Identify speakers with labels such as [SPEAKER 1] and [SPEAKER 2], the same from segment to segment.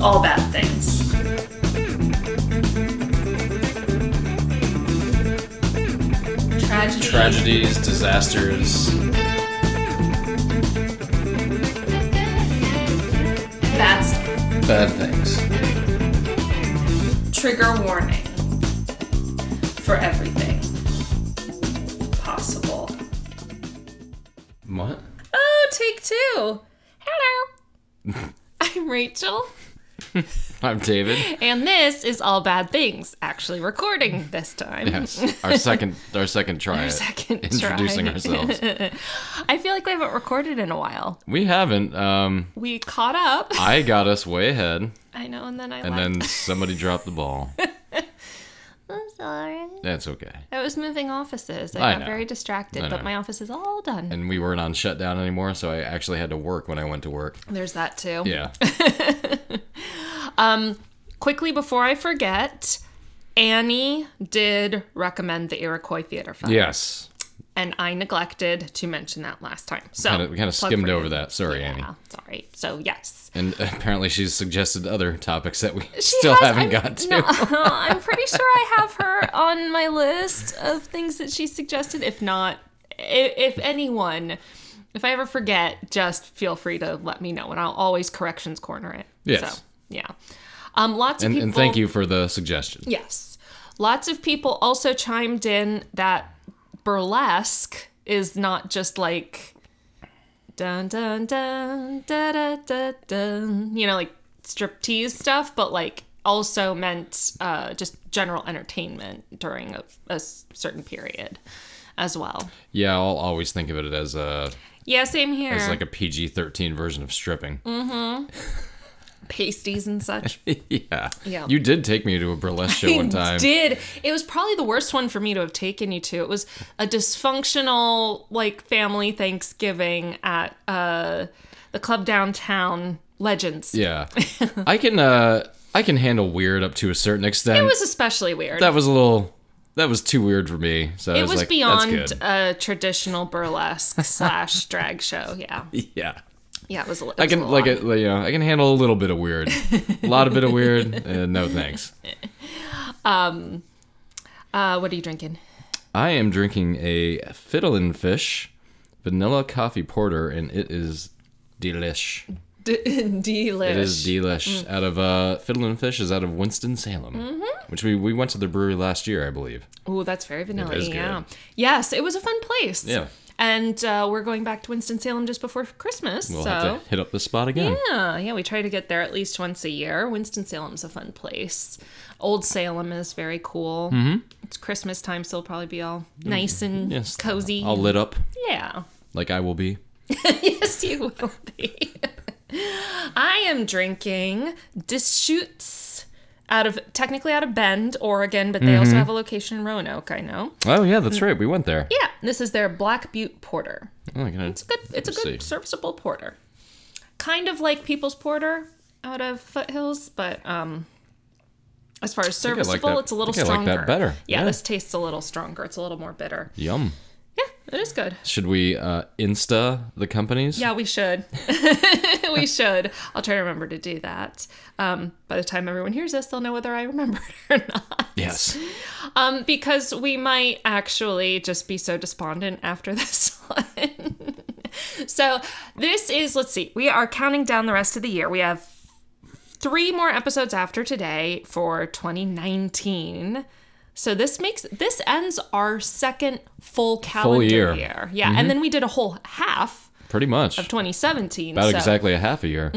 [SPEAKER 1] all bad things. Tragedy.
[SPEAKER 2] Tragedies, disasters,
[SPEAKER 1] That's
[SPEAKER 2] bad things.
[SPEAKER 1] trigger warning for everything possible.
[SPEAKER 2] What?
[SPEAKER 1] Oh, take two. Hello. I'm Rachel,
[SPEAKER 2] I'm David.
[SPEAKER 1] and this is All Bad Things, actually recording this time.
[SPEAKER 2] Yes, our second, our second try. at
[SPEAKER 1] Second
[SPEAKER 2] introducing
[SPEAKER 1] try.
[SPEAKER 2] ourselves.
[SPEAKER 1] I feel like we haven't recorded in a while.
[SPEAKER 2] We haven't. Um,
[SPEAKER 1] We caught up.
[SPEAKER 2] I got us way ahead,
[SPEAKER 1] I know, and then I
[SPEAKER 2] and
[SPEAKER 1] left.
[SPEAKER 2] then somebody dropped the ball.
[SPEAKER 1] I'm sorry.
[SPEAKER 2] That's okay.
[SPEAKER 1] I was moving offices.
[SPEAKER 2] I
[SPEAKER 1] I,
[SPEAKER 2] know.
[SPEAKER 1] got very distracted,
[SPEAKER 2] I know.
[SPEAKER 1] but my office is all done.
[SPEAKER 2] And we weren't on shutdown anymore, so I actually had to work when I went to work.
[SPEAKER 1] There's that too.
[SPEAKER 2] Yeah.
[SPEAKER 1] Quickly before I forget, Annie did recommend the Iroquois Theater Fund,
[SPEAKER 2] yes.
[SPEAKER 1] and I neglected to mention that last time. So
[SPEAKER 2] Kinda, we kind of
[SPEAKER 1] plug
[SPEAKER 2] skimmed
[SPEAKER 1] for
[SPEAKER 2] over
[SPEAKER 1] you.
[SPEAKER 2] that. Sorry,
[SPEAKER 1] Yeah,
[SPEAKER 2] Annie.
[SPEAKER 1] sorry. So yes,
[SPEAKER 2] And apparently, she's suggested other topics that we
[SPEAKER 1] She
[SPEAKER 2] still
[SPEAKER 1] has-
[SPEAKER 2] haven't
[SPEAKER 1] I'm-
[SPEAKER 2] got to.
[SPEAKER 1] No, I'm pretty sure I have her on my list of things that she suggested. If not, i- if anyone, if I ever forget, just feel free to let me know, and I'll always corrections corner it.
[SPEAKER 2] Yes.
[SPEAKER 1] So, yeah. Um, lots of
[SPEAKER 2] And,
[SPEAKER 1] people.
[SPEAKER 2] and thank you for the suggestion.
[SPEAKER 1] Yes. Lots of people also chimed in that burlesque is not just like dun dun dun da da da dun, you know, like striptease stuff, but like also meant uh, just general entertainment during a, a s- certain period as well.
[SPEAKER 2] Yeah, I'll always think of it as a
[SPEAKER 1] Yeah, Mm. same here.
[SPEAKER 2] as like a PG thirteen version of stripping.
[SPEAKER 1] pasties and such.
[SPEAKER 2] yeah.
[SPEAKER 1] Yeah.
[SPEAKER 2] You did take me to a burlesque show one time.
[SPEAKER 1] Did it was probably the worst one for me to have taken you to. It was a dysfunctional like family Thanksgiving at uh the club downtown Legends.
[SPEAKER 2] Yeah. I can uh I can handle weird up to a certain extent.
[SPEAKER 1] It was especially weird.
[SPEAKER 2] that was a little that was too weird for me. So I
[SPEAKER 1] it
[SPEAKER 2] was,
[SPEAKER 1] was
[SPEAKER 2] like,
[SPEAKER 1] beyond
[SPEAKER 2] That's good.
[SPEAKER 1] a traditional burlesque slash drag show. Yeah,
[SPEAKER 2] yeah.
[SPEAKER 1] yeah, it was. a li- It
[SPEAKER 2] I
[SPEAKER 1] was a
[SPEAKER 2] can like
[SPEAKER 1] lot.
[SPEAKER 2] it, you know, I can handle a little bit of weird. a lot of bit of weird. Uh, no thanks.
[SPEAKER 1] Uh, what are you drinking?
[SPEAKER 2] I am drinking a Fiddlin' Fish vanilla coffee porter and it is delish.
[SPEAKER 1] D- Delish.
[SPEAKER 2] It is delish
[SPEAKER 1] Mm.
[SPEAKER 2] out of uh, Fiddle and Fish is out of Winston Salem,
[SPEAKER 1] Mm-hmm.
[SPEAKER 2] which we, we went to the brewery last year, I believe.
[SPEAKER 1] Ooh, that's very vanilla.
[SPEAKER 2] is
[SPEAKER 1] yeah.
[SPEAKER 2] good.
[SPEAKER 1] Yes, it was a fun place.
[SPEAKER 2] Yeah.
[SPEAKER 1] And uh, we're going back to Winston Salem just before Christmas.
[SPEAKER 2] We'll
[SPEAKER 1] so
[SPEAKER 2] have to hit up the spot again.
[SPEAKER 1] Yeah, yeah, we try to get there at least once a year. Winston Salem's a fun place. Old Salem is very cool. Mm-hmm. It's Christmas time, so it'll probably be all nice and
[SPEAKER 2] Yes,
[SPEAKER 1] cozy.
[SPEAKER 2] All lit up,
[SPEAKER 1] yeah,
[SPEAKER 2] like I will be.
[SPEAKER 1] yes, you will be. I am drinking Deschutes out of technically out of Bend, Oregon, but they also have a location in Roanoke. I know.
[SPEAKER 2] Oh yeah, that's right. We went there.
[SPEAKER 1] Yeah, this is their Black Butte Porter.
[SPEAKER 2] Oh, I'm gonna-
[SPEAKER 1] It's good. It's a good
[SPEAKER 2] see.
[SPEAKER 1] serviceable porter, kind of like People's Porter out of Foothills, but um, as far as
[SPEAKER 2] I like
[SPEAKER 1] serviceable,
[SPEAKER 2] that-
[SPEAKER 1] it's a little
[SPEAKER 2] I think I like
[SPEAKER 1] stronger.
[SPEAKER 2] that better.
[SPEAKER 1] Yeah,
[SPEAKER 2] Yeah.
[SPEAKER 1] this tastes a little stronger. It's a little more bitter.
[SPEAKER 2] Yum.
[SPEAKER 1] Yeah, it is good.
[SPEAKER 2] Should we uh, Insta the companies?
[SPEAKER 1] Yeah, we should. we should. I'll try to remember to do that. Um, by the time everyone hears this, they'll know whether I remembered or not.
[SPEAKER 2] Yes.
[SPEAKER 1] Um, because we might actually just be so despondent after this one. so this is let's see, we are counting down the rest of the year. We have three more episodes after today for 2019. So this makes this ends our second full calendar
[SPEAKER 2] year. Mm-hmm.
[SPEAKER 1] Yeah, and then we did a whole half
[SPEAKER 2] Pretty much.
[SPEAKER 1] 2017.
[SPEAKER 2] About
[SPEAKER 1] so. Mm-hmm.
[SPEAKER 2] exactly a half a year.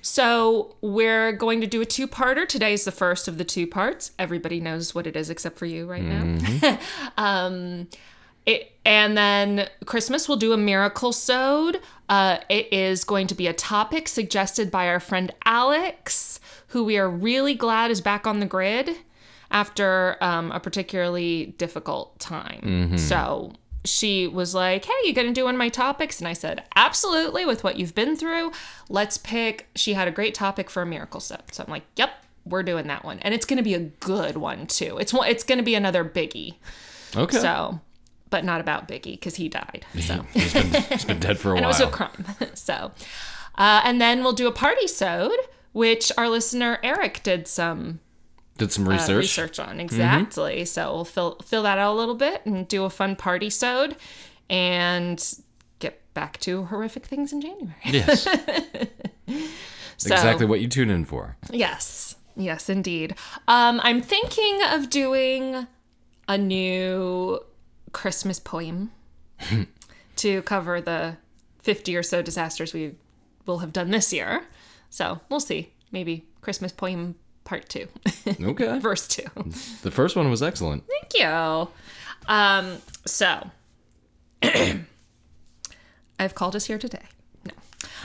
[SPEAKER 1] So we're going to do a two-parter. Today's the first of the two parts. Everybody knows what it is except for you right
[SPEAKER 2] Mm-hmm.
[SPEAKER 1] now. um, it, and then Christmas we'll do a miracle sode. Uh, it is going to be a topic suggested by our friend Alex, who we are really glad is back on the grid after um, a particularly difficult time. So she was like, Hey, you gonna do one of my topics? And I said, Absolutely, with what you've been through, let's pick. She had a great topic for a miracle sode. So I'm like, Yep, we're doing that one. And it's gonna be a good one too. It's one it's gonna be another biggie.
[SPEAKER 2] Okay.
[SPEAKER 1] So but not about Biggie because he died. So
[SPEAKER 2] It's been, it's been dead for a
[SPEAKER 1] and it
[SPEAKER 2] while.
[SPEAKER 1] was a crime. so, uh, and then we'll do a party sode which our listener Eric did some
[SPEAKER 2] Did some
[SPEAKER 1] uh,
[SPEAKER 2] research.
[SPEAKER 1] research on exactly. So we'll fill fill that out a little bit and do a fun party sode, and get back to horrific things in January.
[SPEAKER 2] Yes.
[SPEAKER 1] So-
[SPEAKER 2] Exactly what you tune in for.
[SPEAKER 1] Yes. Yes, indeed. Um, I'm thinking of doing a new Christmas poem to cover the 50 or so disasters we will have done this year. So we'll see. Maybe Christmas poem part two,
[SPEAKER 2] Okay.
[SPEAKER 1] verse two.
[SPEAKER 2] The first one was excellent.
[SPEAKER 1] Thank you. Um, so I've called us here today. No.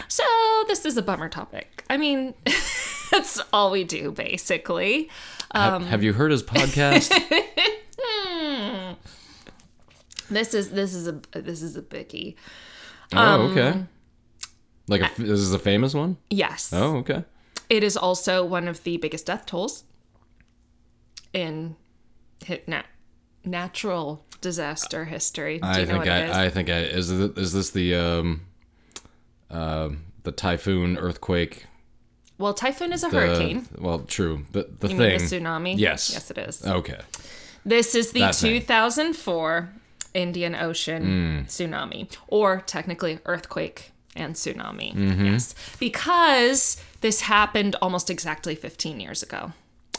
[SPEAKER 1] So this is a bummer topic. I mean, that's all we do basically.
[SPEAKER 2] Ha-
[SPEAKER 1] Um.
[SPEAKER 2] have you heard his podcast?
[SPEAKER 1] This is this is a this is a biggie.
[SPEAKER 2] oh,
[SPEAKER 1] Um.
[SPEAKER 2] okay. Like a, this is a famous one?
[SPEAKER 1] Yes,
[SPEAKER 2] Oh, okay.
[SPEAKER 1] it is also one of the biggest death tolls in hit na- natural disaster history. Do you
[SPEAKER 2] I
[SPEAKER 1] know
[SPEAKER 2] think
[SPEAKER 1] what it is?
[SPEAKER 2] I, I think I is this, is this the um um the typhoon earthquake
[SPEAKER 1] well, typhoon is a
[SPEAKER 2] the-
[SPEAKER 1] hurricane.
[SPEAKER 2] well true the the
[SPEAKER 1] You
[SPEAKER 2] thing
[SPEAKER 1] mean the tsunami?
[SPEAKER 2] Yes.
[SPEAKER 1] Yes, it is.
[SPEAKER 2] okay
[SPEAKER 1] This is the
[SPEAKER 2] That thing. Hmm.
[SPEAKER 1] 2004 Indian Ocean tsunami, or technically earthquake and tsunami.
[SPEAKER 2] Mm-hmm.
[SPEAKER 1] Yes, because this happened almost exactly 15 years ago.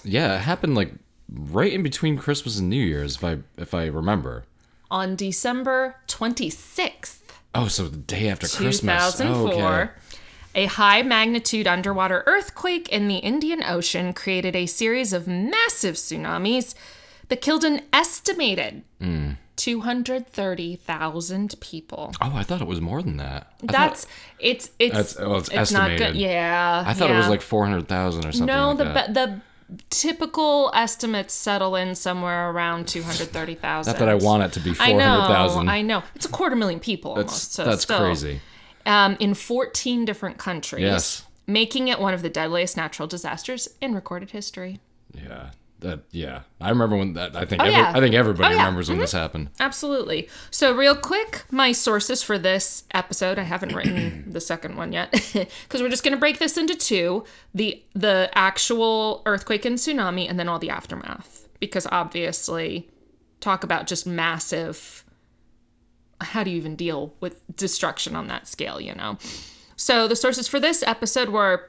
[SPEAKER 2] yeah it happened like right in between Christmas and New Year's if I if I remember
[SPEAKER 1] on December 26th,
[SPEAKER 2] oh so the day after Christmas
[SPEAKER 1] 2004.
[SPEAKER 2] Oh, okay.
[SPEAKER 1] A high magnitude underwater earthquake in the Indian Ocean created a series of massive tsunamis that killed an estimated 230,000 people.
[SPEAKER 2] oh I thought it was more than that I thought-
[SPEAKER 1] That's it's it's
[SPEAKER 2] That's- oh, it's
[SPEAKER 1] not good.
[SPEAKER 2] estimated.
[SPEAKER 1] Yeah.
[SPEAKER 2] I thought it was
[SPEAKER 1] yeah.
[SPEAKER 2] like four hundred thousand or something
[SPEAKER 1] No,
[SPEAKER 2] like
[SPEAKER 1] the
[SPEAKER 2] that.
[SPEAKER 1] be- the typical estimates settle in somewhere around 230,000.
[SPEAKER 2] Not that I want it to be
[SPEAKER 1] I
[SPEAKER 2] four hundred
[SPEAKER 1] know,
[SPEAKER 2] thousand.
[SPEAKER 1] I know. It's a quarter million people almost. So
[SPEAKER 2] That's
[SPEAKER 1] still,
[SPEAKER 2] crazy.
[SPEAKER 1] Um, in 14 different countries.
[SPEAKER 2] Yes.
[SPEAKER 1] Making it one of the deadliest natural disasters in recorded history.
[SPEAKER 2] Yeah. That yeah. I remember when that I think
[SPEAKER 1] Oh,
[SPEAKER 2] every,
[SPEAKER 1] yeah.
[SPEAKER 2] I think everybody
[SPEAKER 1] Oh, yeah.
[SPEAKER 2] remembers when this happened.
[SPEAKER 1] Absolutely. So, real quick, my sources for this episode. I haven't written the second one yet because we're just going to break this into two: the the actual earthquake and tsunami, and then all the aftermath. Because obviously, talk about just massive. How do you even deal with destruction on that scale? You know. So the sources for this episode were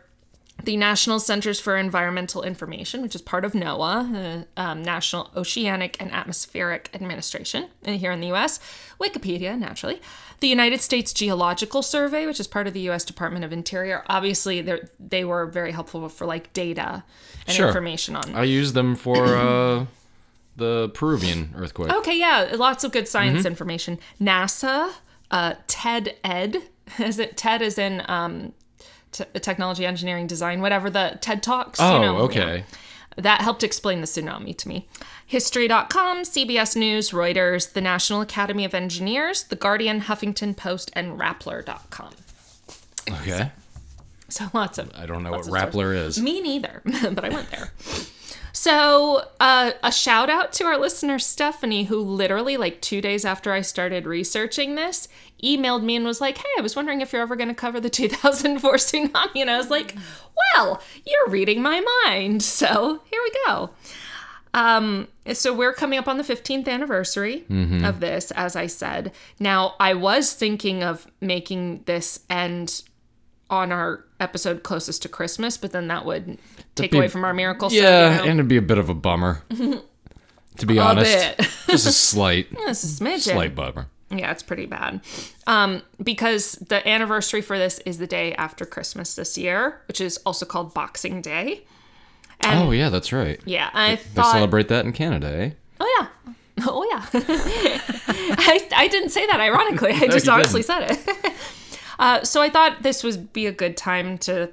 [SPEAKER 1] the National Centers for Environmental Information, which is part of NOAA, the um, National Oceanic and Atmospheric Administration uh, here in the US, Wikipedia, naturally, the United States Geological Survey, which is part of the US Department of Interior. Obviously, they're- they were very helpful for like data and
[SPEAKER 2] Sure.
[SPEAKER 1] information on.
[SPEAKER 2] I used them for uh, the Peruvian earthquake.
[SPEAKER 1] Okay, yeah, lots of good science
[SPEAKER 2] Mm-hmm.
[SPEAKER 1] information. NASA, uh, TED Ed, is it TED is in um, t- technology, engineering, design, whatever the TED talks.
[SPEAKER 2] oh,
[SPEAKER 1] you know,
[SPEAKER 2] okay.
[SPEAKER 1] That helped explain the tsunami to me. History.com, CBS News, Reuters, the National Academy of Engineers, The Guardian, Huffington Post, and Rappler.com.
[SPEAKER 2] Okay.
[SPEAKER 1] So lots of.
[SPEAKER 2] I don't know what
[SPEAKER 1] of stars.
[SPEAKER 2] Rappler is.
[SPEAKER 1] Me neither, but I went there. So, uh, a shout out to our listener Stephanie, who literally, like two days after I started researching this, emailed me and was like, Hey, I was wondering if you're ever going to cover the 2004 tsunami. And I was like, Well, you're reading my mind. So, here we go. Um, so we're coming up on the 15th anniversary
[SPEAKER 2] Mm-hmm.
[SPEAKER 1] of this, as I said. Now, I was thinking of making this end on our episode closest to Christmas, but then that would take
[SPEAKER 2] be-
[SPEAKER 1] away from our miracle.
[SPEAKER 2] yeah,
[SPEAKER 1] so, you know,
[SPEAKER 2] and it'd be a bit of a bummer. to be honest,
[SPEAKER 1] bit.
[SPEAKER 2] just a slight,
[SPEAKER 1] this is smidgen.
[SPEAKER 2] slight bummer.
[SPEAKER 1] Yeah, it's pretty bad. Um, because the anniversary for this is the day after Christmas this year, which is also called Boxing Day.
[SPEAKER 2] oh yeah, that's right.
[SPEAKER 1] Yeah, I
[SPEAKER 2] They
[SPEAKER 1] thought.
[SPEAKER 2] celebrate that in Canada, eh?
[SPEAKER 1] Oh yeah. Oh yeah. I, I didn't say that ironically. I just
[SPEAKER 2] you
[SPEAKER 1] honestly said it. uh, so I thought this would be a good time to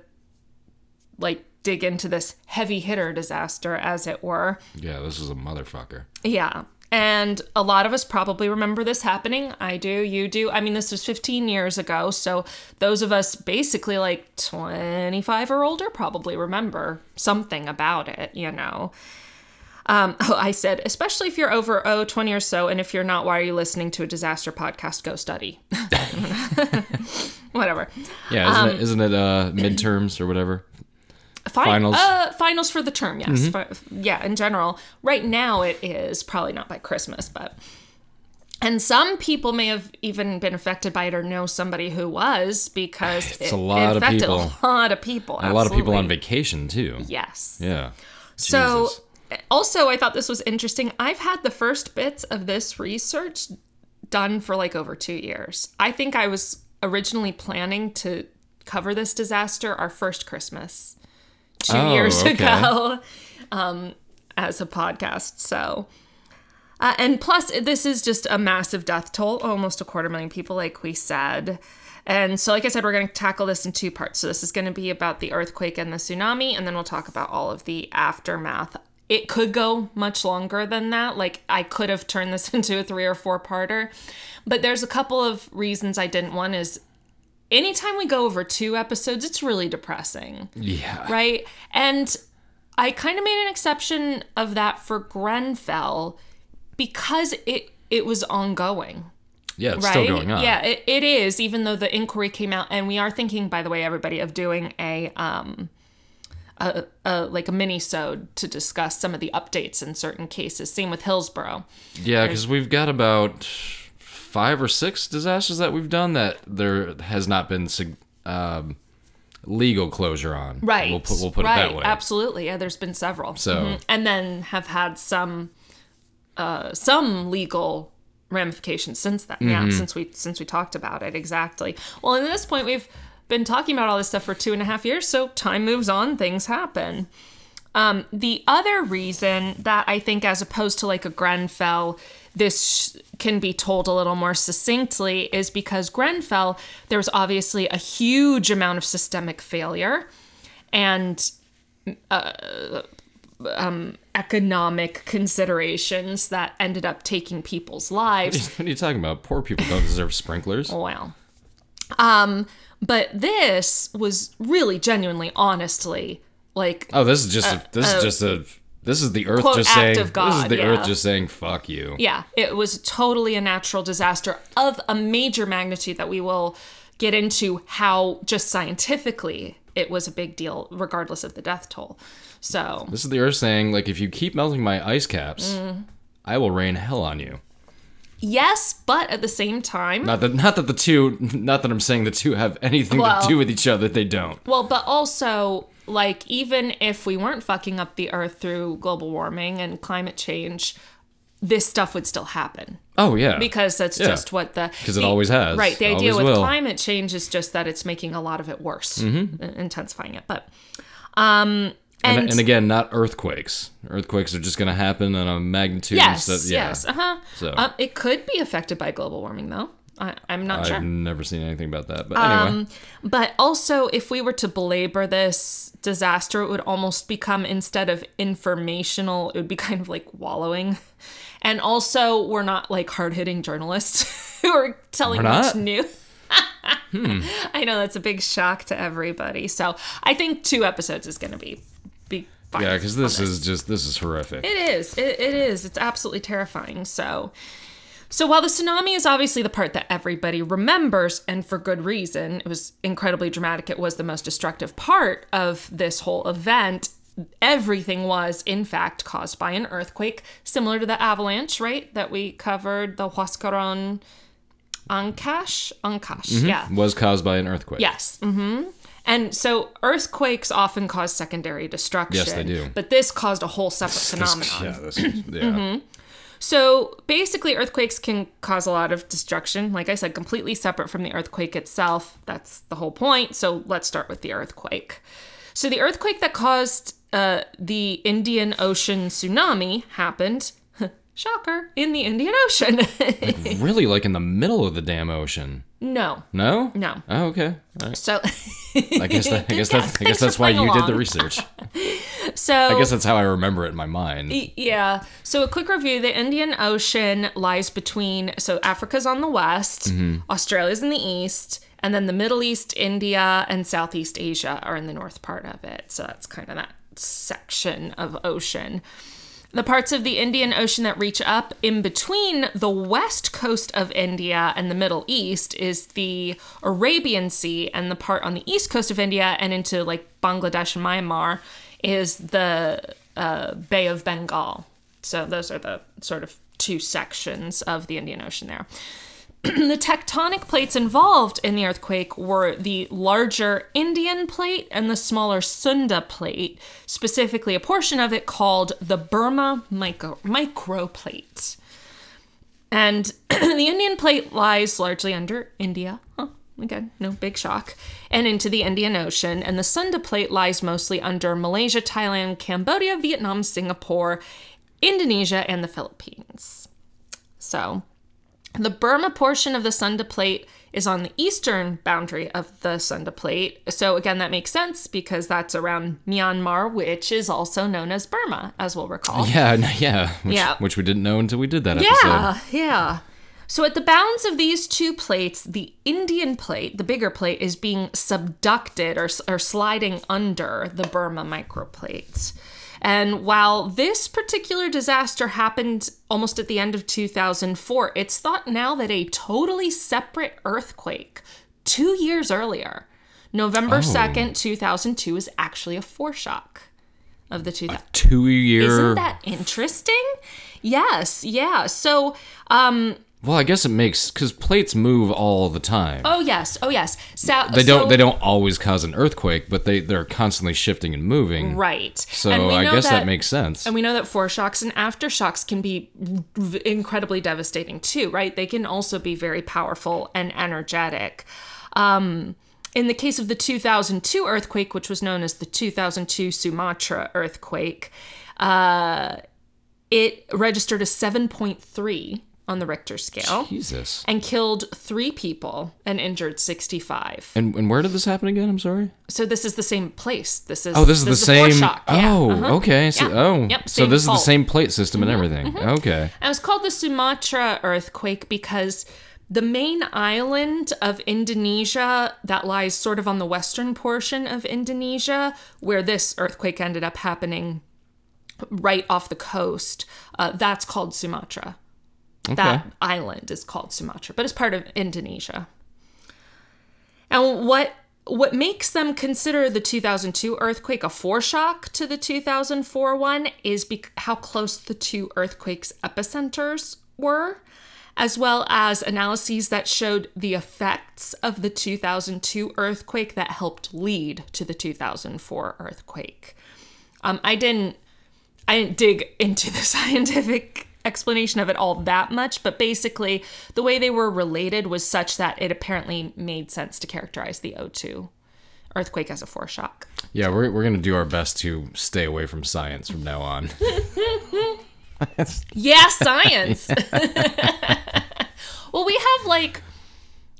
[SPEAKER 1] like dig into this heavy hitter disaster as it were.
[SPEAKER 2] Yeah, this is a motherfucker.
[SPEAKER 1] Yeah. And a lot of us probably remember this happening. I do, you do. I mean, this was 15 years ago, so those of us basically like 25 or older probably remember something about it, you know. Um, oh, I said, especially if you're over oh, 20 or so, and if you're not, why are you listening to a disaster podcast? Go study. Whatever. Um,
[SPEAKER 2] Yeah, isn't it? Isn't it uh, midterms or whatever?
[SPEAKER 1] fin-
[SPEAKER 2] Finals. Mm-hmm.
[SPEAKER 1] Uh, finals for the term, yes. Fi- yeah, in general. Right now, it is probably not by Christmas, but. And some people may have even been affected by it or know somebody who was because it
[SPEAKER 2] It's a lot of
[SPEAKER 1] affected
[SPEAKER 2] people.
[SPEAKER 1] a lot of people.
[SPEAKER 2] A lot of people on
[SPEAKER 1] absolutely.
[SPEAKER 2] vacation too.
[SPEAKER 1] Yes.
[SPEAKER 2] Yeah.
[SPEAKER 1] So, eh,
[SPEAKER 2] Jesus.
[SPEAKER 1] also, I thought this was interesting. I've had the first bits of this research done for like over two years. I think I was originally planning to cover this disaster our first Christmas two
[SPEAKER 2] Oh,
[SPEAKER 1] years
[SPEAKER 2] okay.
[SPEAKER 1] ago um, as a podcast. So, uh, and plus, this is just a massive death toll almost a quarter million people, like we said. And so, like I said, we're going to tackle this in two parts. So, this is going to be about the earthquake and the tsunami, and then we'll talk about all of the aftermath. It could go much longer than that. Like, I could have turned this into a three or four parter, but there's a couple of reasons I didn't. One is anytime we go over two episodes, it's really depressing
[SPEAKER 2] yeah.
[SPEAKER 1] right? And I kind of made an exception of that for Grenfell because it it was ongoing,
[SPEAKER 2] Yeah, it's
[SPEAKER 1] right?
[SPEAKER 2] still going on.
[SPEAKER 1] Yeah, it, it is. Even though the inquiry came out, and we are thinking, by the way, everybody, of doing a um. A, a like a mini sode to discuss some of the updates in certain cases same with hillsborough
[SPEAKER 2] Yeah, because we've got about five or six disasters that we've done that there has not been sig- um, legal closure on.
[SPEAKER 1] right
[SPEAKER 2] We'll put, we'll put
[SPEAKER 1] right,
[SPEAKER 2] it that way.
[SPEAKER 1] absolutely yeah there's been several Mm-hmm.
[SPEAKER 2] So-
[SPEAKER 1] and then have had some uh some legal ramifications since then
[SPEAKER 2] Mm-hmm.
[SPEAKER 1] yeah since we since we talked about it exactly well and at this point we've been talking about all this stuff for two and a half years so time moves on things happen um, the other reason that I think, as opposed to like a Grenfell, this sh- can be told a little more succinctly is because Grenfell, there was obviously a huge amount of systemic failure and uh, um, economic considerations that ended up taking people's lives.
[SPEAKER 2] What are you talking about? Poor people don't deserve sprinklers.
[SPEAKER 1] Wow. Um, but this was really genuinely, honestly, like
[SPEAKER 2] Oh, this is just a, this is just a this is the earth
[SPEAKER 1] Uh, quote,
[SPEAKER 2] just
[SPEAKER 1] act
[SPEAKER 2] saying
[SPEAKER 1] of God,
[SPEAKER 2] this is the
[SPEAKER 1] yeah.
[SPEAKER 2] earth just saying fuck you.
[SPEAKER 1] Yeah, it was totally a natural disaster of a major magnitude that we will get into how just scientifically it was a big deal, regardless of the death toll. So,
[SPEAKER 2] This is the earth saying like if you keep melting my ice caps,
[SPEAKER 1] Mm.
[SPEAKER 2] I will rain hell on you.
[SPEAKER 1] yes, but at the same time,
[SPEAKER 2] Not that not that the two not that I'm saying the two have anything
[SPEAKER 1] Well-
[SPEAKER 2] to do with each other. They don't.
[SPEAKER 1] well, but also, like, even if we weren't fucking up the earth through global warming and climate change, this stuff would still happen.
[SPEAKER 2] Oh yeah.
[SPEAKER 1] because that's
[SPEAKER 2] Yeah.
[SPEAKER 1] just what the because
[SPEAKER 2] it always has.
[SPEAKER 1] right the idea
[SPEAKER 2] Always
[SPEAKER 1] with
[SPEAKER 2] will. Mm-hmm.
[SPEAKER 1] climate change is just that it's making a lot of it worse uh, intensifying it but um and,
[SPEAKER 2] and, and again, not earthquakes. Earthquakes are just going to happen on a magnitude. and
[SPEAKER 1] yes
[SPEAKER 2] stuff- yeah.
[SPEAKER 1] yes uh-huh
[SPEAKER 2] So
[SPEAKER 1] um, it could be affected by global warming though I, i'm not
[SPEAKER 2] I've
[SPEAKER 1] sure Um,
[SPEAKER 2] never seen anything about that. But anyway,
[SPEAKER 1] But also, if we were to belabor this disaster, it would almost become instead of informational, it would be kind of like wallowing. And also, we're not like hard hitting journalists who are telling
[SPEAKER 2] We're
[SPEAKER 1] much
[SPEAKER 2] not? Hmm.
[SPEAKER 1] new. I know that's a big shock to everybody. So I think two episodes is going to be be fine.
[SPEAKER 2] yeah, because this is just this is horrific.
[SPEAKER 1] It is. It, it is. It's absolutely terrifying. So, so while the tsunami is obviously the part that everybody remembers, and for good reason, it was incredibly dramatic. It was the most destructive part of this whole event. Everything was, in fact, caused by an earthquake, similar to the avalanche, right? That we covered, the Huascaron Ancash? Ancash,
[SPEAKER 2] Mm-hmm.
[SPEAKER 1] yeah.
[SPEAKER 2] was caused by an earthquake.
[SPEAKER 1] Yes. hmm And so earthquakes often cause secondary destruction.
[SPEAKER 2] Yes, they do.
[SPEAKER 1] But this caused a whole separate phenomenon.
[SPEAKER 2] Yeah. This is, yeah.
[SPEAKER 1] So basically, earthquakes can cause a lot of destruction. Like I said, completely separate from the earthquake itself. That's the whole point. So let's start with the earthquake. So the earthquake that caused uh, the Indian Ocean tsunami happened. Shocker! In the Indian Ocean. Mm-hmm.
[SPEAKER 2] really, like in the middle of the damn ocean.
[SPEAKER 1] no,
[SPEAKER 2] No.
[SPEAKER 1] no.
[SPEAKER 2] Oh, okay. All right.
[SPEAKER 1] So,
[SPEAKER 2] I guess that, I guess that, I
[SPEAKER 1] Thanks
[SPEAKER 2] guess
[SPEAKER 1] for
[SPEAKER 2] that's why
[SPEAKER 1] playing
[SPEAKER 2] you did the
[SPEAKER 1] along. Oh.
[SPEAKER 2] research.
[SPEAKER 1] so
[SPEAKER 2] I guess that's how I remember it in my
[SPEAKER 1] E
[SPEAKER 2] mind.
[SPEAKER 1] Yeah. So a quick review: the Indian Ocean lies between so Africa's on the west, Australia's in the east, and then the Middle East, India, and Southeast Asia are in the north part of it. So that's kind of that section of ocean. The parts of the Indian Ocean that reach up in between the west coast of India and the Middle East is the Arabian Sea, and the part on the east coast of India and into like Bangladesh and Myanmar is the uh, Bay of Bengal. So those are the sort of two sections of the Indian Ocean there. the tectonic plates involved in the earthquake were the larger Indian plate and the smaller Sunda plate, specifically a portion of it called the Burma micro- microplate. And the Indian plate lies largely under India. Huh, again, no big shock. And into the Indian Ocean. And the Sunda plate lies mostly under Malaysia, Thailand, Cambodia, Vietnam, Singapore, Indonesia, and the Philippines. So the Burma portion of the Sunda Plate is on the eastern boundary of the Sunda Plate. So, again, that makes sense because that's around Myanmar, which is also known as Burma, as we'll recall.
[SPEAKER 2] Yeah, n- yeah, which,
[SPEAKER 1] Yeah.
[SPEAKER 2] which we didn't know until we did that episode.
[SPEAKER 1] Yeah, yeah. So at the bounds of these two plates, the Indian plate, the bigger plate, is being subducted or, or sliding under the Burma microplate. And while this particular disaster happened almost at the end of 2004, it's thought now that a totally separate earthquake two years earlier, November 2nd, 2002, is actually a foreshock of the 2000.
[SPEAKER 2] Two year.
[SPEAKER 1] Isn't that interesting? Yes, yeah. So, um,
[SPEAKER 2] well, I guess it makes because plates move all the time.
[SPEAKER 1] oh yes, oh yes. So
[SPEAKER 2] they
[SPEAKER 1] so-
[SPEAKER 2] don't. They don't always cause an earthquake, but they they're constantly shifting and moving.
[SPEAKER 1] right.
[SPEAKER 2] So
[SPEAKER 1] And we
[SPEAKER 2] I
[SPEAKER 1] know
[SPEAKER 2] guess that, makes sense.
[SPEAKER 1] And we know that foreshocks and aftershocks can be v- incredibly devastating too, right? They can also be very powerful and energetic. Um, in the case of the 2002 earthquake, which was known as the 2002 Sumatra earthquake, uh, it registered a 7.3 on the Richter scale.
[SPEAKER 2] Jesus.
[SPEAKER 1] and killed three people and injured 65.
[SPEAKER 2] And and where did this happen again? I'm sorry.
[SPEAKER 1] So this is the same place. This is
[SPEAKER 2] Oh, this is the same.
[SPEAKER 1] foreshock. Yeah. Uh-huh.
[SPEAKER 2] Oh, okay. So,
[SPEAKER 1] Yeah.
[SPEAKER 2] Oh,
[SPEAKER 1] Yep,
[SPEAKER 2] so
[SPEAKER 1] same
[SPEAKER 2] this is the
[SPEAKER 1] fault. Mm-hmm.
[SPEAKER 2] same plate system and everything. Okay.
[SPEAKER 1] And it was called the Sumatra earthquake because the main island of Indonesia that lies sort of on the western portion of Indonesia, where this earthquake ended up happening right off the coast, uh, that's called Sumatra. That island is called Sumatra, but it's part of Indonesia. And what what makes them consider the 2002 earthquake a foreshock to the 2004 one is bec- how close the two earthquakes' epicenters were, as well as analyses that showed the effects of the 2002 earthquake that helped lead to the 2004 earthquake. Um, I didn't I didn't dig into the scientific explanation of it all that much, but basically, the way they were related was such that it apparently made sense to characterize the O2 earthquake as a foreshock.
[SPEAKER 2] Yeah, we're we're gonna do our best to stay away from science from now on.
[SPEAKER 1] Yeah, science. well, we have like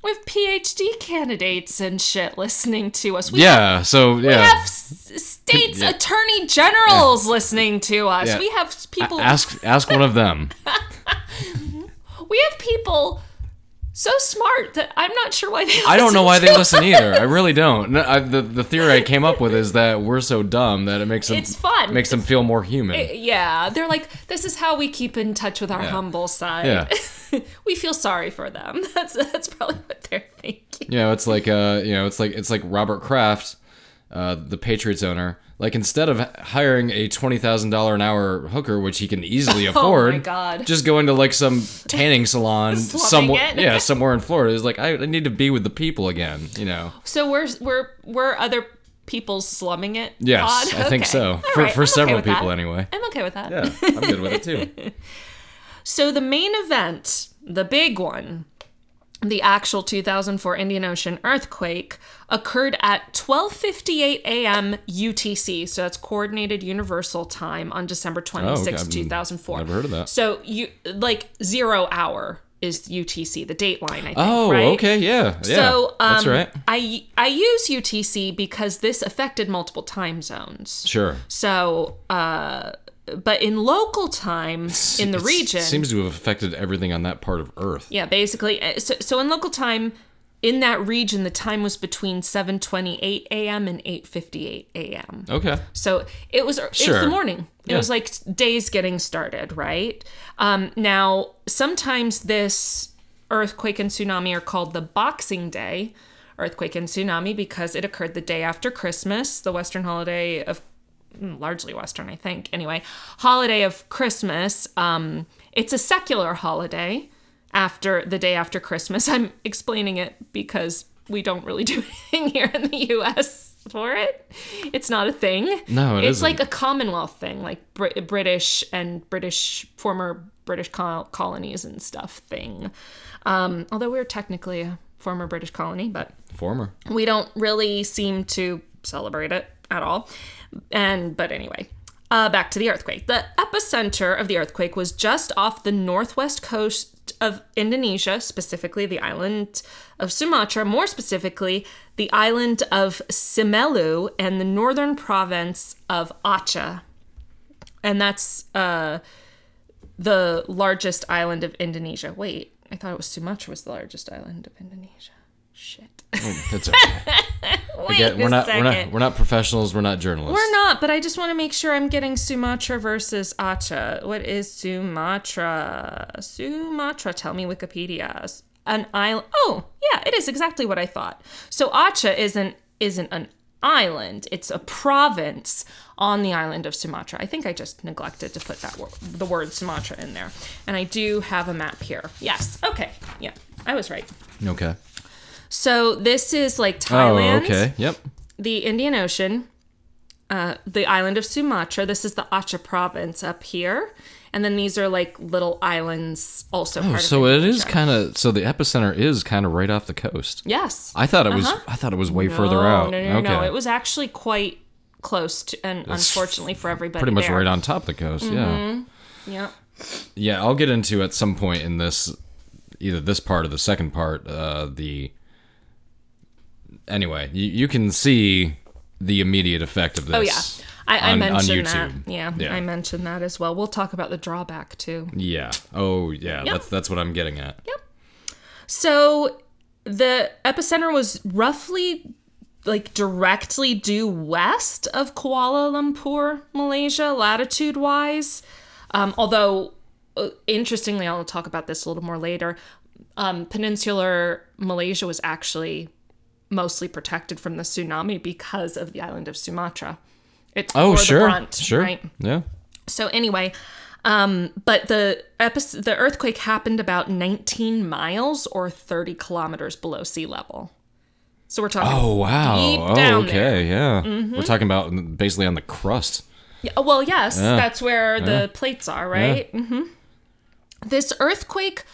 [SPEAKER 1] we have PhD candidates and shit listening to us. We
[SPEAKER 2] yeah. So yeah.
[SPEAKER 1] have s- states
[SPEAKER 2] Yeah.
[SPEAKER 1] attorney generals listening to us.
[SPEAKER 2] Yeah.
[SPEAKER 1] We have people
[SPEAKER 2] Ask ask one of them.
[SPEAKER 1] we have people so smart that I'm not sure why they
[SPEAKER 2] I don't know why
[SPEAKER 1] to
[SPEAKER 2] they listen either. I really don't. No, I, the the theory I came up with is that we're so dumb that it makes them
[SPEAKER 1] It's fun.
[SPEAKER 2] makes them feel more human.
[SPEAKER 1] Yeah, they're like, this is how we keep in touch with our humble side. we feel sorry for them. That's that's probably what they're thinking.
[SPEAKER 2] you know, it's like uh, you know, it's like it's like Robert Kraft, uh, the Patriots owner. Like instead of hiring a twenty thousand dollar an hour hooker, which he can easily afford,
[SPEAKER 1] Oh God.
[SPEAKER 2] just going to like some tanning salon
[SPEAKER 1] Slumming
[SPEAKER 2] somewhere,
[SPEAKER 1] it.
[SPEAKER 2] yeah, somewhere in Florida. Is like I, I need to be with the people again. You know,
[SPEAKER 1] So we're we're we're other people slumming it.
[SPEAKER 2] yes,
[SPEAKER 1] pod?
[SPEAKER 2] I think
[SPEAKER 1] Okay.
[SPEAKER 2] so.
[SPEAKER 1] All
[SPEAKER 2] for
[SPEAKER 1] right,
[SPEAKER 2] for
[SPEAKER 1] I'm okay
[SPEAKER 2] several
[SPEAKER 1] with
[SPEAKER 2] people
[SPEAKER 1] that.
[SPEAKER 2] anyway.
[SPEAKER 1] I'm okay with that.
[SPEAKER 2] Yeah, I'm good with it too.
[SPEAKER 1] So the main event, the big one, the actual 2004 Indian Ocean earthquake occurred at 12:58 a.m. UTC, so that's coordinated universal time on December 26,
[SPEAKER 2] Oh, I've
[SPEAKER 1] 2004.
[SPEAKER 2] never heard of that.
[SPEAKER 1] So you like 0 hour is UTC, the date line I think,
[SPEAKER 2] Oh,
[SPEAKER 1] right?
[SPEAKER 2] okay, yeah, yeah.
[SPEAKER 1] So um,
[SPEAKER 2] that's right.
[SPEAKER 1] I I use UTC because this affected multiple time zones.
[SPEAKER 2] Sure.
[SPEAKER 1] So, uh, but in local time in the
[SPEAKER 2] It
[SPEAKER 1] region,
[SPEAKER 2] seems to have affected everything on that part of Earth.
[SPEAKER 1] eh, yeah, basically. uh, So, so in local time, in that region, the time was between 7:28 a.m. and 8:58 a.m.
[SPEAKER 2] Okay.
[SPEAKER 1] So it was it's
[SPEAKER 2] Sure.
[SPEAKER 1] the morning. It
[SPEAKER 2] Yeah.
[SPEAKER 1] was like days getting started, right? Um, now, sometimes this earthquake and tsunami are called the Boxing Day earthquake and tsunami because it occurred the day after Christmas, the Western holiday of mm, largely Western, I think. Anyway, holiday of Christmas. Um, it's a secular holiday after the day after Christmas. I'm explaining it because we don't really do anything here in the U.S. for it. It's not a thing
[SPEAKER 2] No, it
[SPEAKER 1] it's
[SPEAKER 2] isn't.
[SPEAKER 1] like a Commonwealth thing, like Br- British and British former British col- colonies and stuff thing. Um, although we're technically a former British colony, but
[SPEAKER 2] Former.
[SPEAKER 1] we don't really seem to celebrate it at all. And but anyway, uh, back to the earthquake. The epicenter of the earthquake was just off the northwest coast of Indonesia, specifically the island of Sumatra, more specifically the island of Simelu and the northern province of Aceh. And that's uh, the largest island of Indonesia. Wait, I thought it was Sumatra was the largest island of Indonesia. Shit.
[SPEAKER 2] That's Oh, okay.
[SPEAKER 1] Wait
[SPEAKER 2] Yeah, we're
[SPEAKER 1] a
[SPEAKER 2] not. We're
[SPEAKER 1] second.
[SPEAKER 2] not. We're not professionals. We're not journalists.
[SPEAKER 1] We're not, but I just want to make sure I'm getting Sumatra versus Acha. What is Sumatra? Sumatra, tell me Wikipedia. An island. Oh, yeah, it is exactly what I thought. So Acha isn't isn't an island. It's a province on the island of Sumatra. I think I just neglected to put that wor- the word Sumatra in there. And I do have a map here. Yes. Okay. Yeah. I was right.
[SPEAKER 2] Okay.
[SPEAKER 1] So this is like
[SPEAKER 2] Oh,
[SPEAKER 1] Thailand
[SPEAKER 2] okay. Yep.
[SPEAKER 1] the Indian Ocean, uh, the island of Sumatra. This is the Aceh province up here. And then these are like little islands also. part
[SPEAKER 2] Oh, So
[SPEAKER 1] of
[SPEAKER 2] it is
[SPEAKER 1] Indonesia.
[SPEAKER 2] kind of. So the epicenter is kind of right off the coast.
[SPEAKER 1] Yes. Oh,
[SPEAKER 2] I thought it was. I thought it was way further out.
[SPEAKER 1] Uh-huh. No, no, no,
[SPEAKER 2] okay.
[SPEAKER 1] no. It was actually quite close to, and unfortunately for everybody,
[SPEAKER 2] pretty much
[SPEAKER 1] there. Mm-hmm.
[SPEAKER 2] right on top of the coast. Yeah.
[SPEAKER 1] Yeah.
[SPEAKER 2] Yeah. I'll get into at some point in this, either this part or the second part. Uh, the. Anyway, you, you can see the immediate effect of this.
[SPEAKER 1] Oh yeah. I, I
[SPEAKER 2] on- on
[SPEAKER 1] mentioned
[SPEAKER 2] YouTube.
[SPEAKER 1] that. Yeah,
[SPEAKER 2] Yeah.
[SPEAKER 1] I mentioned that as well. We'll talk about the drawback too.
[SPEAKER 2] Yeah. Oh yeah. That's that's what I'm getting at.
[SPEAKER 1] So the epicenter was roughly like directly due west of Kuala Lumpur, Malaysia, latitude wise. Um, although, uh, interestingly, I'll talk about this a little more later. Um, peninsular Malaysia was actually mostly protected from the tsunami because of the island of Sumatra. It
[SPEAKER 2] Oh
[SPEAKER 1] bore the
[SPEAKER 2] sure.
[SPEAKER 1] brunt,
[SPEAKER 2] sure.
[SPEAKER 1] Right?
[SPEAKER 2] Yeah.
[SPEAKER 1] So anyway, um, but the episode, the earthquake happened about 19 miles or 30 kilometers below sea level. So we're talking.
[SPEAKER 2] Oh wow.
[SPEAKER 1] Deep
[SPEAKER 2] oh
[SPEAKER 1] down Mm-hmm.
[SPEAKER 2] okay. Yeah. We're talking about basically on the crust.
[SPEAKER 1] Yeah, oh, well, yes, that's where the plates are, right? hmm This earthquake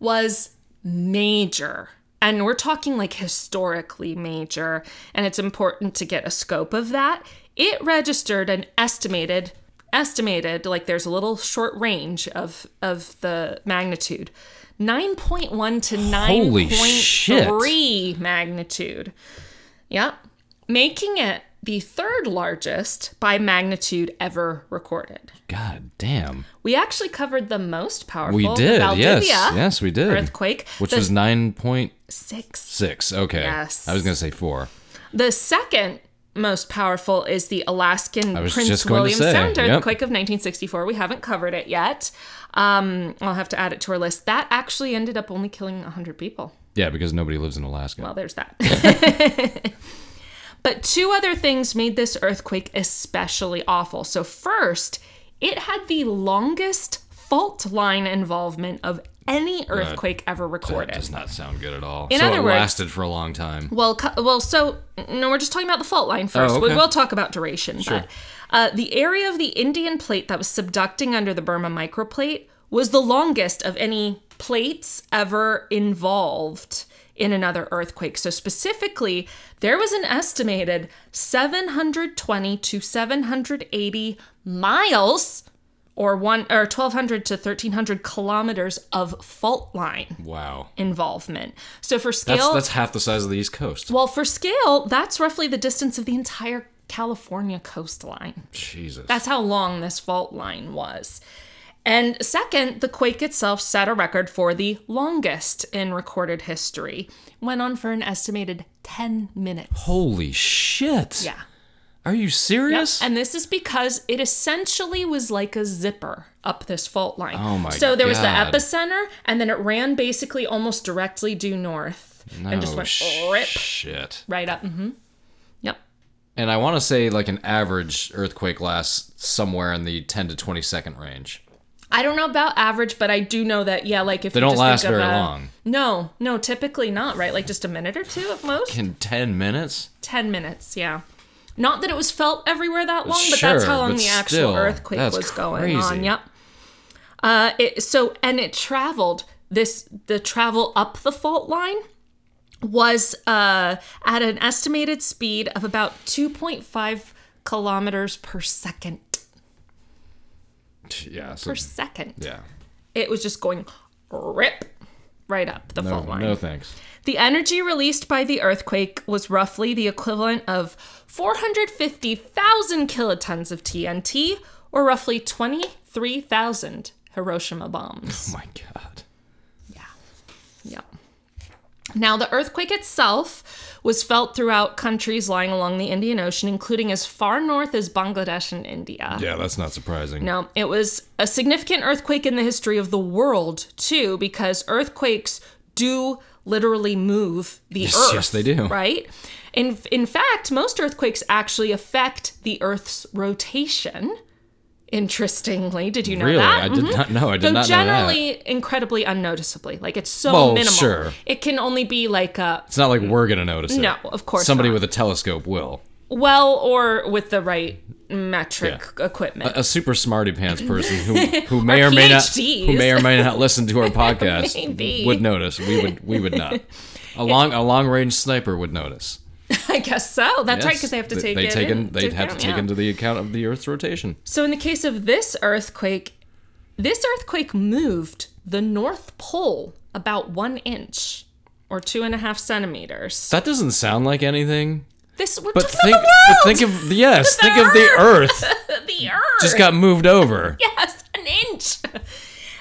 [SPEAKER 1] was major. And we're talking like historically major. And it's important to get a scope of that. It registered an estimated, estimated, like there's a little short range of of the magnitude. 9.1 to
[SPEAKER 2] Holy shit.
[SPEAKER 1] 9.3 magnitude. Yep. Making it the third largest by magnitude ever recorded.
[SPEAKER 2] God damn.
[SPEAKER 1] We actually covered the most powerful
[SPEAKER 2] We did.
[SPEAKER 1] the Valdivia
[SPEAKER 2] yes. Yes, we did.
[SPEAKER 1] earthquake,
[SPEAKER 2] Which
[SPEAKER 1] the
[SPEAKER 2] was nine point
[SPEAKER 1] six.
[SPEAKER 2] six. Okay.
[SPEAKER 1] Yes.
[SPEAKER 2] I was gonna say four.
[SPEAKER 1] The second most powerful is the Alaskan
[SPEAKER 2] was
[SPEAKER 1] Prince
[SPEAKER 2] just going to
[SPEAKER 1] William
[SPEAKER 2] say,
[SPEAKER 1] Sound
[SPEAKER 2] yep.
[SPEAKER 1] earthquake of 1964. We haven't covered it yet. Um, I'll have to add it to our list. That actually ended up only killing 100 people.
[SPEAKER 2] Yeah, because nobody lives in Alaska.
[SPEAKER 1] Well, there's that. but two other things made this earthquake especially awful. So, first, it had the longest fault line involvement of any earthquake ever
[SPEAKER 2] that
[SPEAKER 1] recorded.
[SPEAKER 2] does not sound good at all.
[SPEAKER 1] In
[SPEAKER 2] so
[SPEAKER 1] other
[SPEAKER 2] it
[SPEAKER 1] words-
[SPEAKER 2] lasted for a long time.
[SPEAKER 1] Well, cu- well, so no, we're just talking about the fault line first.
[SPEAKER 2] Oh,
[SPEAKER 1] We
[SPEAKER 2] okay.
[SPEAKER 1] will talk about duration, but uh, the area of the Indian plate that was subducting under the Burma microplate was the longest of any plates ever involved in another earthquake. So specifically, there was an estimated 720 to 780 miles or one or 1200 to 1300 kilometers of fault line
[SPEAKER 2] Wow.
[SPEAKER 1] involvement. So for scale
[SPEAKER 2] That's that's half the size of the East Coast.
[SPEAKER 1] well, for scale, that's roughly the distance of the entire California coastline.
[SPEAKER 2] Jesus.
[SPEAKER 1] That's how long this fault line was. And second, the quake itself set a record for the longest in recorded history, went on for an estimated 10 minutes.
[SPEAKER 2] Holy shit.
[SPEAKER 1] Yeah.
[SPEAKER 2] Are you serious?
[SPEAKER 1] And this is because it essentially was like a zipper up this fault line.
[SPEAKER 2] Oh my
[SPEAKER 1] So there was the
[SPEAKER 2] God.
[SPEAKER 1] epicenter, and then it ran basically almost directly due north and just
[SPEAKER 2] No
[SPEAKER 1] went
[SPEAKER 2] sh-
[SPEAKER 1] rip
[SPEAKER 2] Shit.
[SPEAKER 1] right up. Mm-hmm. Yep.
[SPEAKER 2] And I want to say like an average earthquake lasts somewhere in the 10 to 20 second range.
[SPEAKER 1] I don't know about average, but I do know that yeah, like if
[SPEAKER 2] They
[SPEAKER 1] you
[SPEAKER 2] don't
[SPEAKER 1] just
[SPEAKER 2] last
[SPEAKER 1] think of
[SPEAKER 2] very
[SPEAKER 1] a-
[SPEAKER 2] long.
[SPEAKER 1] No, no, typically not. Right, like just a minute or two at most.
[SPEAKER 2] In 10 minutes?
[SPEAKER 1] 10 minutes, yeah. Not that it was felt everywhere that long, but that's
[SPEAKER 2] Sure,
[SPEAKER 1] how long
[SPEAKER 2] but
[SPEAKER 1] the actual
[SPEAKER 2] still,
[SPEAKER 1] earthquake
[SPEAKER 2] that's
[SPEAKER 1] was going
[SPEAKER 2] crazy.
[SPEAKER 1] on. Yep. Uh, it, so, and it traveled this the travel up the fault line was uh, at an estimated speed of about 2.5 kilometers per second
[SPEAKER 2] Yeah. So,
[SPEAKER 1] per second.
[SPEAKER 2] yeah.
[SPEAKER 1] It was just going rip right up the
[SPEAKER 2] No,
[SPEAKER 1] fault line.
[SPEAKER 2] Oh, no thanks.
[SPEAKER 1] The energy released by the earthquake was roughly the equivalent of 450,000 kilotons of TNT, or roughly 23,000 Hiroshima bombs.
[SPEAKER 2] Oh my God.
[SPEAKER 1] Yep. Now, the earthquake itself was felt throughout countries lying along the Indian Ocean, including as far north as Bangladesh and India.
[SPEAKER 2] Yeah, that's not surprising.
[SPEAKER 1] No, it was a significant earthquake in the history of the world, too, because earthquakes do literally move the
[SPEAKER 2] Yes,
[SPEAKER 1] earth.
[SPEAKER 2] yes, they do.
[SPEAKER 1] Right? In, in fact, most earthquakes actually affect the earth's rotation. Interestingly, did you know
[SPEAKER 2] Really?
[SPEAKER 1] that?
[SPEAKER 2] I did
[SPEAKER 1] Mhm.
[SPEAKER 2] not know. I did
[SPEAKER 1] Though
[SPEAKER 2] not know that.
[SPEAKER 1] generally, incredibly unnoticeably. Like, it's so
[SPEAKER 2] Well,
[SPEAKER 1] minimal.
[SPEAKER 2] sure.
[SPEAKER 1] It can only be like a,
[SPEAKER 2] It's not like we're going to notice it.
[SPEAKER 1] no, of course
[SPEAKER 2] Somebody
[SPEAKER 1] not.
[SPEAKER 2] with a telescope will.
[SPEAKER 1] well, or with the right metric equipment.
[SPEAKER 2] A super smarty pants person who, who may or may not who may or may not listen to our podcast
[SPEAKER 1] Maybe.
[SPEAKER 2] would notice. We would we would not. A long a long range sniper would notice.
[SPEAKER 1] I guess so. That's right,
[SPEAKER 2] uh, Yes,
[SPEAKER 1] because they have to
[SPEAKER 2] they,
[SPEAKER 1] take
[SPEAKER 2] they
[SPEAKER 1] it.
[SPEAKER 2] take in-
[SPEAKER 1] into
[SPEAKER 2] they'd have to
[SPEAKER 1] account,
[SPEAKER 2] take
[SPEAKER 1] yeah.
[SPEAKER 2] into the account of the Earth's rotation.
[SPEAKER 1] So in the case of this earthquake, this earthquake moved the North Pole about one inch or two and a half centimeters.
[SPEAKER 2] That doesn't sound like anything.
[SPEAKER 1] This we're
[SPEAKER 2] But
[SPEAKER 1] talking
[SPEAKER 2] think
[SPEAKER 1] about the
[SPEAKER 2] but
[SPEAKER 1] world,
[SPEAKER 2] think of yes, think of the Earth
[SPEAKER 1] the Earth.
[SPEAKER 2] just got moved over
[SPEAKER 1] yes, an inch.
[SPEAKER 2] in,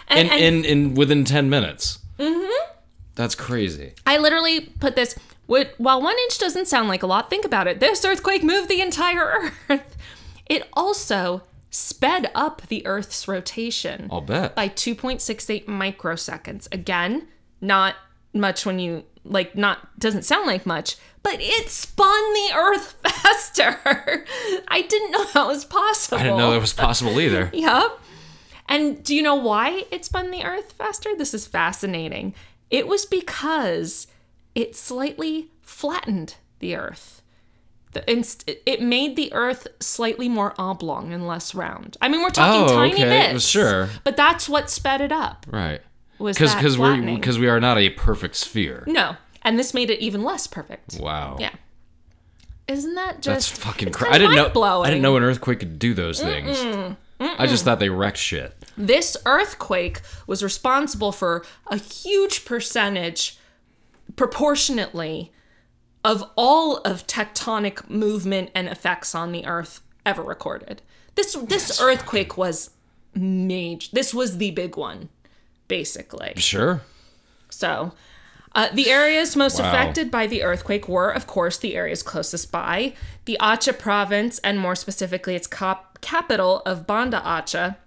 [SPEAKER 1] And, and
[SPEAKER 2] in in within ten minutes. Mm-hmm. That's crazy.
[SPEAKER 1] I literally put this. wh- While one inch doesn't sound like a lot, think about it. This earthquake moved the entire Earth. It also sped up the Earth's rotation.
[SPEAKER 2] I'll bet.
[SPEAKER 1] by 2.68 microseconds. Again, not much when you like not doesn't sound like much, but it spun the earth faster. I didn't know that was possible.
[SPEAKER 2] I didn't know that was possible either.
[SPEAKER 1] Yep. And do you know why it spun the earth faster? This is fascinating. It was because it slightly flattened the earth. The, inst- it made the earth slightly more oblong and less round. I mean, we're talking
[SPEAKER 2] Oh,
[SPEAKER 1] tiny
[SPEAKER 2] okay.
[SPEAKER 1] bits.
[SPEAKER 2] Sure.
[SPEAKER 1] But that's what sped it up.
[SPEAKER 2] Right.
[SPEAKER 1] Was
[SPEAKER 2] Because
[SPEAKER 1] that
[SPEAKER 2] because we're
[SPEAKER 1] flattening.
[SPEAKER 2] because we are not a perfect sphere.
[SPEAKER 1] No. And this made it even less perfect.
[SPEAKER 2] Wow.
[SPEAKER 1] Yeah. Isn't that
[SPEAKER 2] That's
[SPEAKER 1] just
[SPEAKER 2] fucking
[SPEAKER 1] it's
[SPEAKER 2] crazy.
[SPEAKER 1] kinda
[SPEAKER 2] I didn't know. I
[SPEAKER 1] mind-blowing.
[SPEAKER 2] didn't know an earthquake could do those things. I just thought they wrecked shit.
[SPEAKER 1] This earthquake was responsible for a huge percentage, proportionately, of all of tectonic movement and effects on the Earth ever recorded. This this earthquake was major. This was the big one, basically.
[SPEAKER 2] Sure.
[SPEAKER 1] So, uh, the areas most
[SPEAKER 2] Wow.
[SPEAKER 1] affected by the earthquake were, of course, the areas closest by, the Acha province, and more specifically, its cop- capital of Banda Acha.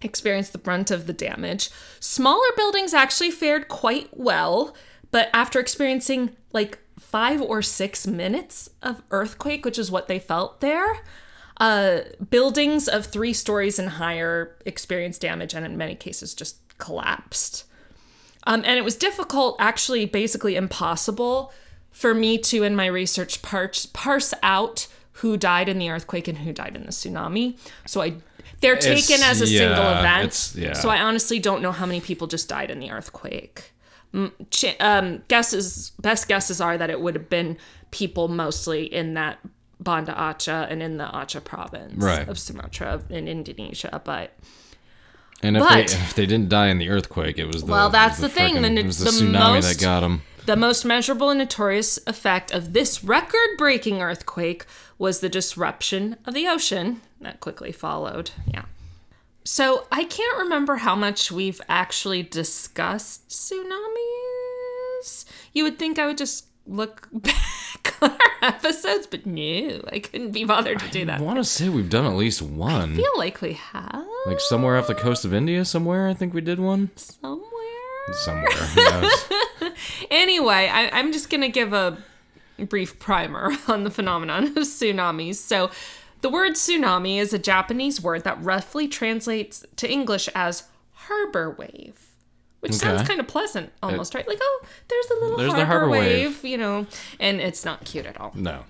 [SPEAKER 1] Experienced the brunt of the damage. Smaller buildings actually fared quite well, but after experiencing like five or six minutes of earthquake, which is what they felt there, uh, buildings of three stories and higher experienced damage and in many cases just collapsed. Um, and it was difficult, actually, basically impossible for me to, in my research, parse, parse out who died in the earthquake and who died in the tsunami. So I, they're taken as a single
[SPEAKER 2] yeah,
[SPEAKER 1] event.
[SPEAKER 2] it's- yeah.
[SPEAKER 1] So I honestly don't know how many people just died in the earthquake. Mm, ch- Um, guesses, best guesses are that it would have been people mostly in that Banda Aceh and in the Aceh province
[SPEAKER 2] Right.
[SPEAKER 1] of Sumatra in Indonesia, but.
[SPEAKER 2] And if,
[SPEAKER 1] But-
[SPEAKER 2] they, if they didn't die in the earthquake, it was the
[SPEAKER 1] Well,
[SPEAKER 2] it was
[SPEAKER 1] that's the thing,
[SPEAKER 2] frickin-
[SPEAKER 1] then
[SPEAKER 2] it was the
[SPEAKER 1] it's the
[SPEAKER 2] tsunami
[SPEAKER 1] most-
[SPEAKER 2] that got them.
[SPEAKER 1] The most measurable and notorious effect of this record breaking earthquake was the disruption of the ocean that quickly followed. Yeah. So I can't remember how much we've actually discussed tsunamis. You would think I would just look back on our episodes, but no, I couldn't be bothered to do
[SPEAKER 2] I
[SPEAKER 1] that.
[SPEAKER 2] want to say we've done at least one.
[SPEAKER 1] I feel like we have
[SPEAKER 2] like somewhere off the coast of India, somewhere I think we did one.
[SPEAKER 1] somewhere.
[SPEAKER 2] Somewhere, who knows?
[SPEAKER 1] Anyway, I, I'm just going to give a brief primer on the phenomenon of tsunamis. So, the word tsunami is a Japanese word that roughly translates to English as harbor wave, which sounds
[SPEAKER 2] Okay.
[SPEAKER 1] kind of pleasant almost, right? Like, oh, there's a little
[SPEAKER 2] There's the
[SPEAKER 1] harbor,
[SPEAKER 2] harbor
[SPEAKER 1] wave, you know, and it's not cute at all.
[SPEAKER 2] no.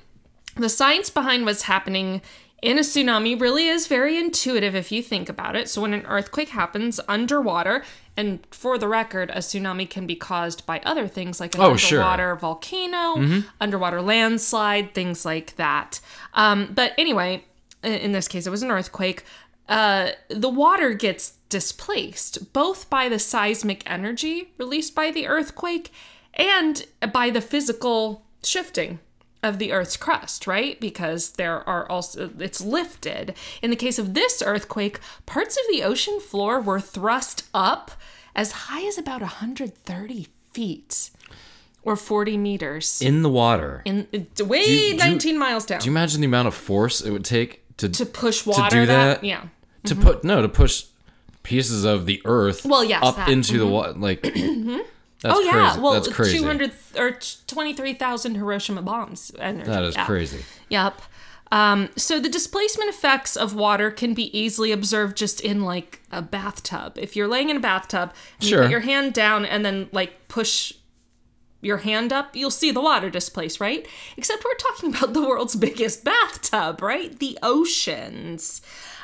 [SPEAKER 1] The science behind what's happening in a tsunami really is very intuitive if you think about it. So, when an earthquake happens underwater, and for the record, a tsunami can be caused by other things like an
[SPEAKER 2] Oh, sure.
[SPEAKER 1] underwater volcano, underwater landslide, things like that. Um, but anyway, i- in this case, it was an earthquake. Uh, the water gets displaced both by the seismic energy released by the earthquake and by the physical shifting of the Earth's crust, right? Because there are also, it's lifted. In the case of this earthquake, parts of the ocean floor were thrust up as high as about 130 feet or 40 meters.
[SPEAKER 2] In the water.
[SPEAKER 1] In, it's way
[SPEAKER 2] you- do you-
[SPEAKER 1] 19 miles down.
[SPEAKER 2] Do you imagine the amount of force it would take to
[SPEAKER 1] to
[SPEAKER 2] to,
[SPEAKER 1] push water
[SPEAKER 2] do that?
[SPEAKER 1] Yeah.
[SPEAKER 2] put no to push pieces of the earth
[SPEAKER 1] Well, yes,
[SPEAKER 2] up
[SPEAKER 1] that. Mm-hmm.
[SPEAKER 2] into the water like that's
[SPEAKER 1] Oh,
[SPEAKER 2] crazy.
[SPEAKER 1] yeah. Well,
[SPEAKER 2] that's crazy.
[SPEAKER 1] 200 or 23,000 Hiroshima bombs. Energy.
[SPEAKER 2] that is
[SPEAKER 1] yeah.
[SPEAKER 2] crazy.
[SPEAKER 1] Yep. Um, so the displacement effects of water can be easily observed just in like a bathtub. If you're laying in a bathtub, and you
[SPEAKER 2] Sure.
[SPEAKER 1] put your hand down and then like push your hand up, you'll see the water displace, right? Except we're talking about the world's biggest bathtub, right? The oceans,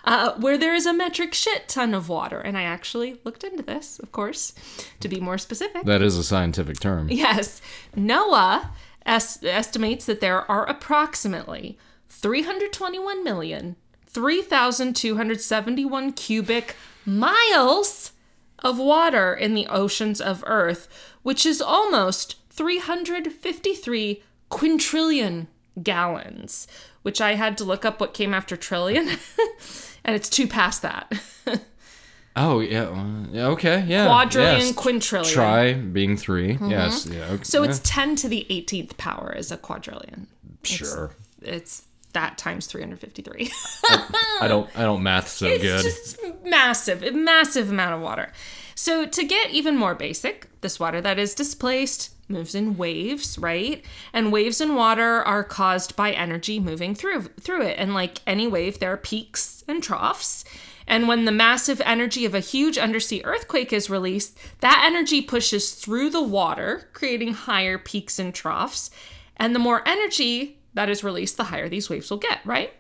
[SPEAKER 1] uh, where there is a metric shit ton of water. And I actually looked into this, of course, to be more specific.
[SPEAKER 2] That is a scientific term.
[SPEAKER 1] Yes. NOAA es- estimates that there are approximately 321 million 3,271 cubic miles of water in the oceans of Earth, which is almost 353 quintillion gallons, which I had to look up what came after trillion, and it's two past that.
[SPEAKER 2] Oh yeah, well, yeah, okay, yeah.
[SPEAKER 1] Quadrillion,
[SPEAKER 2] yes.
[SPEAKER 1] quintillion.
[SPEAKER 2] Try being 3 Yes, yeah. Okay.
[SPEAKER 1] Mm-hmm. so it's 10 to the 18th power is a quadrillion.
[SPEAKER 2] sure.
[SPEAKER 1] it's that times 353
[SPEAKER 2] I don't. I don't math so good.
[SPEAKER 1] it's just massive a massive amount of water so to get even more basic this water that is displaced moves in waves right and waves in water are caused by energy moving through through it and like any wave there are peaks and troughs and when the massive energy of a huge undersea earthquake is released that energy pushes through the water creating higher peaks and troughs and the more energy that is released the higher these waves will get right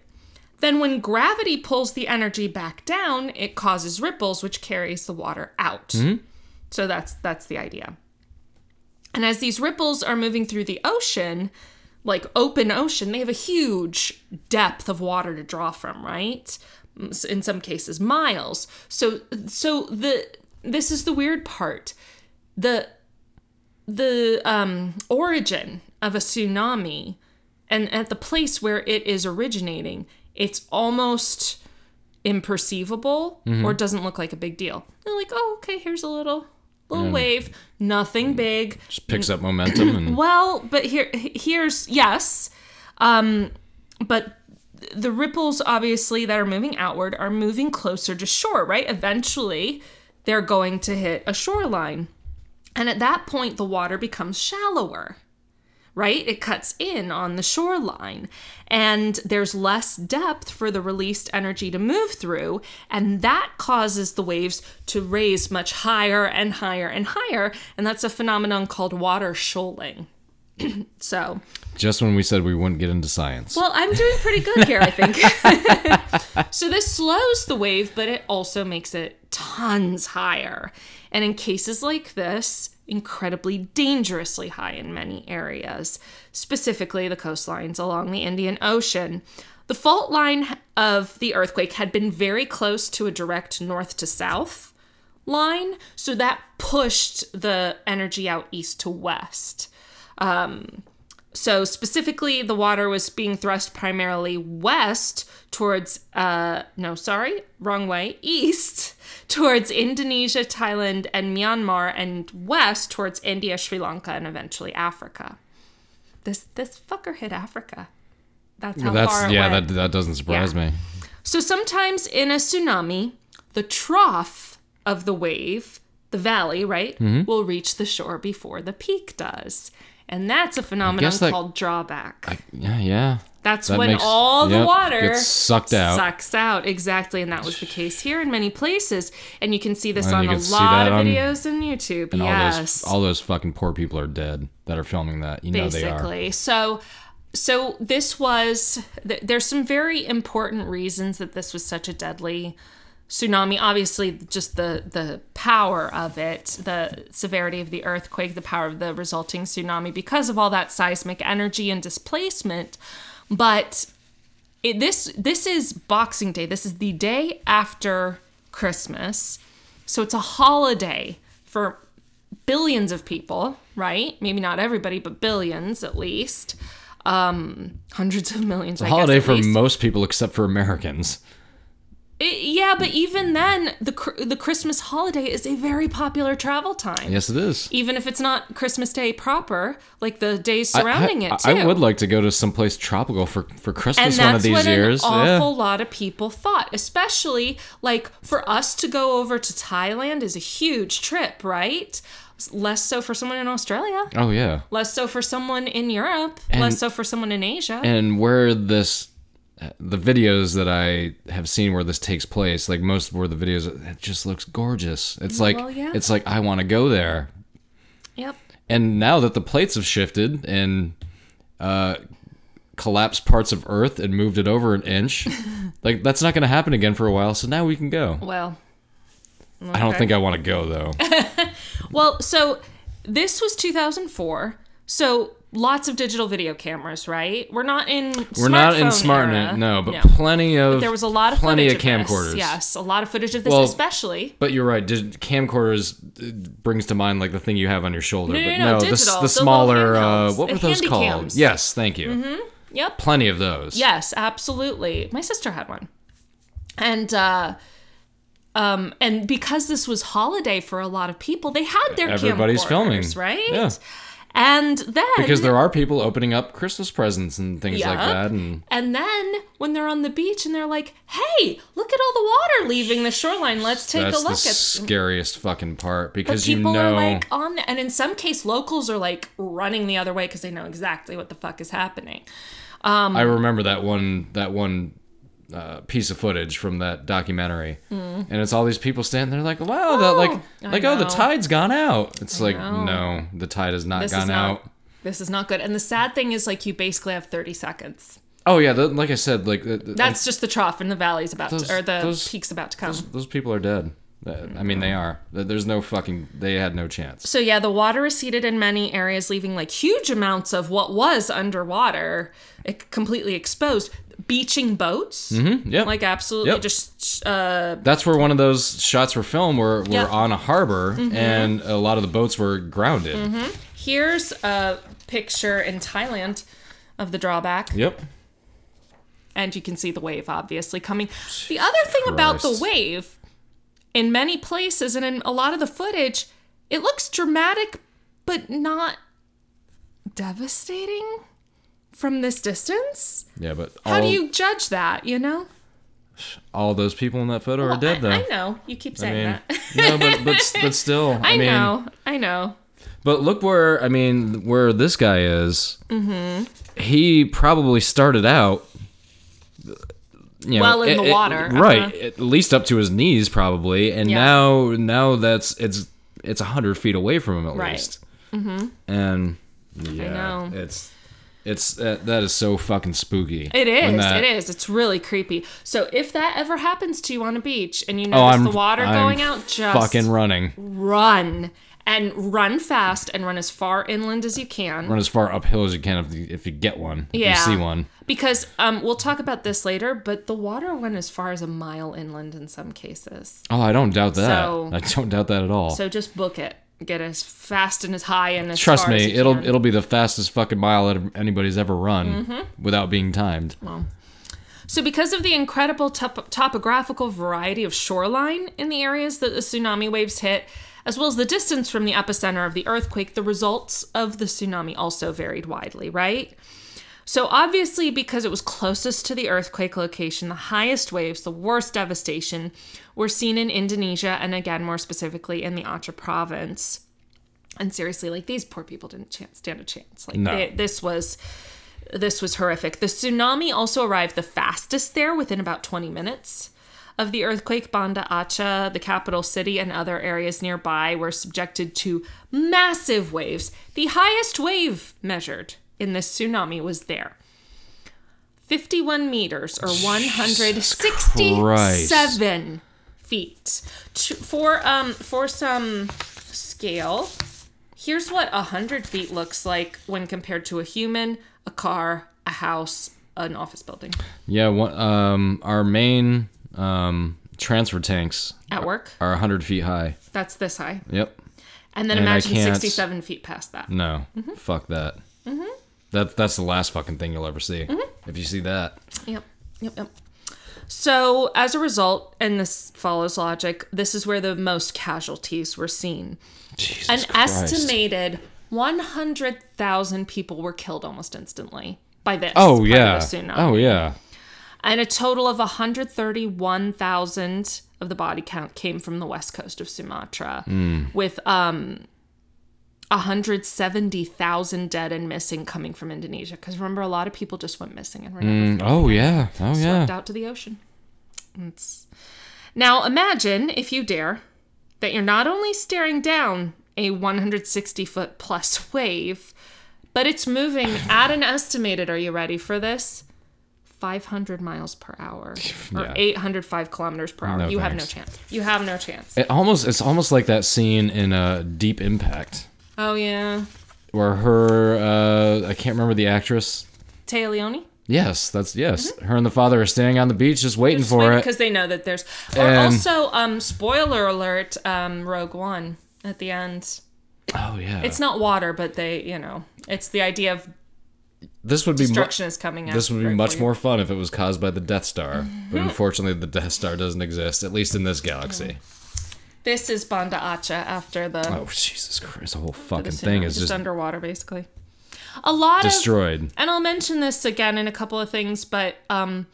[SPEAKER 1] then, when gravity pulls the energy back down, it causes ripples, which carries the water out. So that's that's the idea. And as these ripples are moving through the ocean, like open ocean, they have a huge depth of water to draw from, right? Mm, In some cases, miles. So, so the this is the weird part. The the um, origin of a tsunami and at the place where it is originating, it's almost imperceivable or doesn't look like a big deal. They're like, oh, okay, here's a little little wave, nothing big.
[SPEAKER 2] Just picks up momentum and
[SPEAKER 1] Well, but here here's yes, um, but the ripples obviously that are moving outward are moving closer to shore, right? Eventually, they're going to hit a shoreline, and at that point, the water becomes shallower. Right? It cuts in on the shoreline, and there's less depth for the released energy to move through, and that causes the waves to raise much higher and higher and higher, and that's a phenomenon called water shoaling. So,
[SPEAKER 2] just when we said we wouldn't get into science.
[SPEAKER 1] well, I'm doing pretty good here, I think. so, this slows the wave, but it also makes it tons higher. And in cases like this, incredibly dangerously high in many areas, specifically the coastlines along the Indian Ocean. The fault line of the earthquake had been very close to a direct north to south line, so that pushed the energy out east to west Um, So specifically, the water was being thrust primarily west towards, uh, no, sorry, wrong way, east towards Indonesia, Thailand, and Myanmar, and west towards India, Sri Lanka, and eventually Africa. This this fucker hit Africa. That's how far
[SPEAKER 2] That's
[SPEAKER 1] it
[SPEAKER 2] yeah.
[SPEAKER 1] went.
[SPEAKER 2] That that doesn't surprise
[SPEAKER 1] Yeah.
[SPEAKER 2] me.
[SPEAKER 1] So sometimes in a tsunami, the trough of the wave, the valley, right,
[SPEAKER 2] Mm-hmm.
[SPEAKER 1] will reach the shore before the peak does. And that's a phenomenon
[SPEAKER 2] guess that-
[SPEAKER 1] called drawback.
[SPEAKER 2] I, yeah, yeah.
[SPEAKER 1] that's
[SPEAKER 2] that
[SPEAKER 1] when
[SPEAKER 2] makes-
[SPEAKER 1] all the
[SPEAKER 2] yep,
[SPEAKER 1] water
[SPEAKER 2] gets sucked out.
[SPEAKER 1] Sucks out, exactly. And that was the case here in many places. And you can see this
[SPEAKER 2] And
[SPEAKER 1] on
[SPEAKER 2] you
[SPEAKER 1] a
[SPEAKER 2] can see
[SPEAKER 1] lot
[SPEAKER 2] that
[SPEAKER 1] of
[SPEAKER 2] on-
[SPEAKER 1] videos on YouTube.
[SPEAKER 2] And all
[SPEAKER 1] yes.
[SPEAKER 2] those all those fucking poor people are dead that are filming that. You know they are.
[SPEAKER 1] basically. So, so this was. Th- there's some very important reasons that this was such a deadly tsunami. Obviously, just the the power of it, the severity of the earthquake, the power of the resulting tsunami, because of all that seismic energy and displacement. But it, this this is Boxing Day. This is the day after Christmas, so it's a holiday for billions of people, right? Maybe not everybody, but billions at least. Um, hundreds of millions. I
[SPEAKER 2] Holiday
[SPEAKER 1] guess, at
[SPEAKER 2] for
[SPEAKER 1] least.
[SPEAKER 2] most people except for Americans.
[SPEAKER 1] It- yeah, but even then, the cr- the Christmas holiday is a very popular travel time.
[SPEAKER 2] Yes, it is.
[SPEAKER 1] Even if it's not Christmas Day proper, like the days surrounding
[SPEAKER 2] I,
[SPEAKER 1] it too.
[SPEAKER 2] I- I would like to go to someplace tropical for for
[SPEAKER 1] and
[SPEAKER 2] Christmas
[SPEAKER 1] that's
[SPEAKER 2] one of these
[SPEAKER 1] what
[SPEAKER 2] years.
[SPEAKER 1] an
[SPEAKER 2] yeah.
[SPEAKER 1] awful lot of people thought especially like for us to go over to thailand is a huge trip right less so for someone in australia
[SPEAKER 2] Oh yeah.
[SPEAKER 1] less so for someone in europe less so for someone in asia
[SPEAKER 2] And where this the videos that I have seen where this takes place, like most where the videos it just looks gorgeous. It's like
[SPEAKER 1] Well, yeah.
[SPEAKER 2] it's like I want to go there.
[SPEAKER 1] yep
[SPEAKER 2] And now that the plates have shifted and uh collapsed parts of earth and moved it over an inch, like that's not going to happen again for a while, so now we can go.
[SPEAKER 1] well
[SPEAKER 2] I don't think I want to go though.
[SPEAKER 1] Well, so this was 2004. So lots of digital video cameras, right? We're not in
[SPEAKER 2] We're not in
[SPEAKER 1] smartphone
[SPEAKER 2] smart
[SPEAKER 1] era.
[SPEAKER 2] no, but plenty of
[SPEAKER 1] there was a lot of
[SPEAKER 2] plenty
[SPEAKER 1] footage
[SPEAKER 2] of
[SPEAKER 1] of
[SPEAKER 2] camcorders.
[SPEAKER 1] This. Yes, a lot of footage of this,
[SPEAKER 2] Well,
[SPEAKER 1] especially.
[SPEAKER 2] But you're right. Dig- camcorders uh, brings to mind like the thing you have on your shoulder.
[SPEAKER 1] no,
[SPEAKER 2] but
[SPEAKER 1] no,
[SPEAKER 2] the, s-
[SPEAKER 1] digital,
[SPEAKER 2] the
[SPEAKER 1] the
[SPEAKER 2] smaller.
[SPEAKER 1] little
[SPEAKER 2] Uh,
[SPEAKER 1] handhelds,
[SPEAKER 2] what were
[SPEAKER 1] the
[SPEAKER 2] those
[SPEAKER 1] handy
[SPEAKER 2] called?
[SPEAKER 1] cams. Mm-hmm.
[SPEAKER 2] Yes, thank you.
[SPEAKER 1] Yep.
[SPEAKER 2] Plenty of those.
[SPEAKER 1] Yes, absolutely. My sister had one. And uh um and because this was holiday for a lot of people, they had their
[SPEAKER 2] Everybody's
[SPEAKER 1] camcorders,
[SPEAKER 2] filming.
[SPEAKER 1] right?
[SPEAKER 2] Yeah.
[SPEAKER 1] And then
[SPEAKER 2] Because there are people opening up Christmas presents and things like
[SPEAKER 1] Yeah.
[SPEAKER 2] that, and
[SPEAKER 1] And then when they're on the beach and they're like, "Hey, look at all the water leaving the shoreline. Let's take
[SPEAKER 2] that's
[SPEAKER 1] a look
[SPEAKER 2] the
[SPEAKER 1] at."
[SPEAKER 2] scariest fucking part because you
[SPEAKER 1] People
[SPEAKER 2] know.
[SPEAKER 1] are like on, and in some case, locals are like running the other way because they know exactly what the fuck is happening. um,
[SPEAKER 2] I remember that one that one uh, piece of footage from that documentary, and it's all these people standing there like, "Wow, that like
[SPEAKER 1] Mm. I
[SPEAKER 2] like oh the
[SPEAKER 1] know.
[SPEAKER 2] tide's gone out." It's like no, the tide has not
[SPEAKER 1] This
[SPEAKER 2] gone
[SPEAKER 1] is not.
[SPEAKER 2] out.
[SPEAKER 1] This is not good. And the sad thing is, like, you basically have thirty seconds.
[SPEAKER 2] Oh yeah, th like I said, like th- th-
[SPEAKER 1] That's just the trough and the valley's about
[SPEAKER 2] Those-
[SPEAKER 1] to, or the
[SPEAKER 2] those-
[SPEAKER 1] peak's about to come.
[SPEAKER 2] those people are dead. Uh, I mean, they are. Th- There's no fucking. They had no chance.
[SPEAKER 1] So yeah, the water receded in many areas, leaving like huge amounts of what was underwater, it completely exposed. Beaching boats,
[SPEAKER 2] Yeah,
[SPEAKER 1] like absolutely
[SPEAKER 2] Mm-hmm. Yep.
[SPEAKER 1] just uh,
[SPEAKER 2] that's where one of those shots were filmed, where we're
[SPEAKER 1] Yep.
[SPEAKER 2] on a harbor
[SPEAKER 1] Mm-hmm.
[SPEAKER 2] and a lot of the boats were grounded.
[SPEAKER 1] Here's a picture in Thailand of the drawback,
[SPEAKER 2] Yep.
[SPEAKER 1] and you can see the wave obviously coming. The other thing about the
[SPEAKER 2] Christ.
[SPEAKER 1] wave, in many places and in a lot of the footage, it looks dramatic but not devastating from this distance.
[SPEAKER 2] Yeah, but
[SPEAKER 1] How
[SPEAKER 2] all,
[SPEAKER 1] do you judge that, you know?
[SPEAKER 2] all those people in that photo are
[SPEAKER 1] I-
[SPEAKER 2] dead though.
[SPEAKER 1] I, know. You keep saying
[SPEAKER 2] mean,
[SPEAKER 1] that.
[SPEAKER 2] no, but but s- but still, I,
[SPEAKER 1] I
[SPEAKER 2] mean,
[SPEAKER 1] know. I know.
[SPEAKER 2] but look where I mean where this guy is. Mm-hmm. He probably started out. You know,
[SPEAKER 1] Well in
[SPEAKER 2] it-
[SPEAKER 1] the
[SPEAKER 2] it-
[SPEAKER 1] water,
[SPEAKER 2] right?
[SPEAKER 1] uh-huh.
[SPEAKER 2] At least up to his knees, probably, and
[SPEAKER 1] Yeah.
[SPEAKER 2] now now that's it's it's a hundred feet away from him at
[SPEAKER 1] Right.
[SPEAKER 2] least. Mm-hmm. And yeah,
[SPEAKER 1] know.
[SPEAKER 2] it's it's uh, that is so fucking spooky.
[SPEAKER 1] It is.
[SPEAKER 2] when that-
[SPEAKER 1] it is. It's really creepy. So if that ever happens to you on a beach and you
[SPEAKER 2] Oh,
[SPEAKER 1] notice
[SPEAKER 2] I'm
[SPEAKER 1] the water
[SPEAKER 2] I'm
[SPEAKER 1] going out, just
[SPEAKER 2] fucking running.
[SPEAKER 1] run and run fast and run as far inland as you can.
[SPEAKER 2] Run as far uphill as you can if you, if you get one. if
[SPEAKER 1] Yeah.
[SPEAKER 2] you see one.
[SPEAKER 1] Because um, we'll talk about this later, but the water went as far as a mile inland in some cases.
[SPEAKER 2] Oh, I don't doubt that.
[SPEAKER 1] So-
[SPEAKER 2] I don't doubt that at all.
[SPEAKER 1] So just book it. get as fast and as high and as
[SPEAKER 2] Trust
[SPEAKER 1] far as
[SPEAKER 2] me,
[SPEAKER 1] you
[SPEAKER 2] it'll
[SPEAKER 1] can.
[SPEAKER 2] it'll be the fastest fucking mile that anybody's ever run without being timed.
[SPEAKER 1] So, because of the incredible top- topographical variety of shoreline in the areas that the tsunami waves hit, as well as the distance from the epicenter of the earthquake, the results of the tsunami also varied widely, right? So, obviously, because it was closest to the earthquake location, the highest waves, the worst devastation, were seen in Indonesia and again, more specifically, in the Aceh province. And seriously, like these poor people didn't chance, stand a chance. Like,
[SPEAKER 2] No.
[SPEAKER 1] they- this was this was horrific. The tsunami also arrived the fastest there within about 20 minutes of the earthquake. Banda Aceh, the capital city, and other areas nearby were subjected to massive waves. The highest wave measured in this tsunami was there. 51 meters or 167 feet. To- For um for some scale, Here's what a 100 feet looks like when compared to a human, a car, a house, an office building.
[SPEAKER 2] Yeah, one, um, our main um, transfer tanks
[SPEAKER 1] At work,
[SPEAKER 2] are 100 feet high.
[SPEAKER 1] that's this high.
[SPEAKER 2] Yep.
[SPEAKER 1] And then
[SPEAKER 2] And I
[SPEAKER 1] imagine
[SPEAKER 2] can't- Mm.
[SPEAKER 1] 67 feet past that.
[SPEAKER 2] No. Fuck that. Mm-hmm. That that's the last fucking thing you'll ever see. If you see that.
[SPEAKER 1] Yep, yep, yep. So, as a result, and this follows logic, this is where the most casualties were seen.
[SPEAKER 2] Jesus
[SPEAKER 1] An
[SPEAKER 2] Christ.
[SPEAKER 1] estimated 100,000 people were killed almost instantly by this. part
[SPEAKER 2] Oh
[SPEAKER 1] of
[SPEAKER 2] yeah.
[SPEAKER 1] the tsunami.
[SPEAKER 2] Oh yeah.
[SPEAKER 1] and a total of 131,000 of the body count came from the west coast of Sumatra, with um 170,000 dead and missing coming from Indonesia. Because remember, a lot of people just went missing and were never
[SPEAKER 2] Oh yeah. Oh
[SPEAKER 1] swept
[SPEAKER 2] yeah.
[SPEAKER 1] out to the ocean. It's- Now imagine, if you dare, that you're not only staring down a 160 foot plus wave, but it's moving at an estimated, are you ready for this? 500 miles per hour or
[SPEAKER 2] Yeah.
[SPEAKER 1] 805 kilometers per hour.
[SPEAKER 2] No
[SPEAKER 1] you have no
[SPEAKER 2] thanks.
[SPEAKER 1] chance. You have no chance.
[SPEAKER 2] It almost it's almost like that scene in uh, Deep Impact
[SPEAKER 1] Oh, yeah.
[SPEAKER 2] where her uh, I can't remember the actress.
[SPEAKER 1] Taya Leone?
[SPEAKER 2] Yes, that's yes.
[SPEAKER 1] Mm-hmm.
[SPEAKER 2] Her and the father are standing on the beach just waiting for it.
[SPEAKER 1] Because they know that there's. Or
[SPEAKER 2] And-
[SPEAKER 1] also, um, spoiler alert, um, Rogue One at the end.
[SPEAKER 2] Oh yeah.
[SPEAKER 1] It's not water, but they, you know, it's the idea of
[SPEAKER 2] this would be mu-
[SPEAKER 1] destruction is coming out.
[SPEAKER 2] this would be
[SPEAKER 1] right
[SPEAKER 2] much
[SPEAKER 1] for you. Mm-hmm.
[SPEAKER 2] more fun if it was caused by the Death Star. But unfortunately, the Death Star doesn't exist at least in this galaxy.
[SPEAKER 1] This is Banda Aceh after the,
[SPEAKER 2] Oh Jesus Christ! The whole
[SPEAKER 1] the
[SPEAKER 2] fucking
[SPEAKER 1] tsunami,
[SPEAKER 2] thing is
[SPEAKER 1] just,
[SPEAKER 2] just
[SPEAKER 1] underwater, basically. A lot of,
[SPEAKER 2] destroyed.
[SPEAKER 1] and I'll mention this again in a couple of things, but um,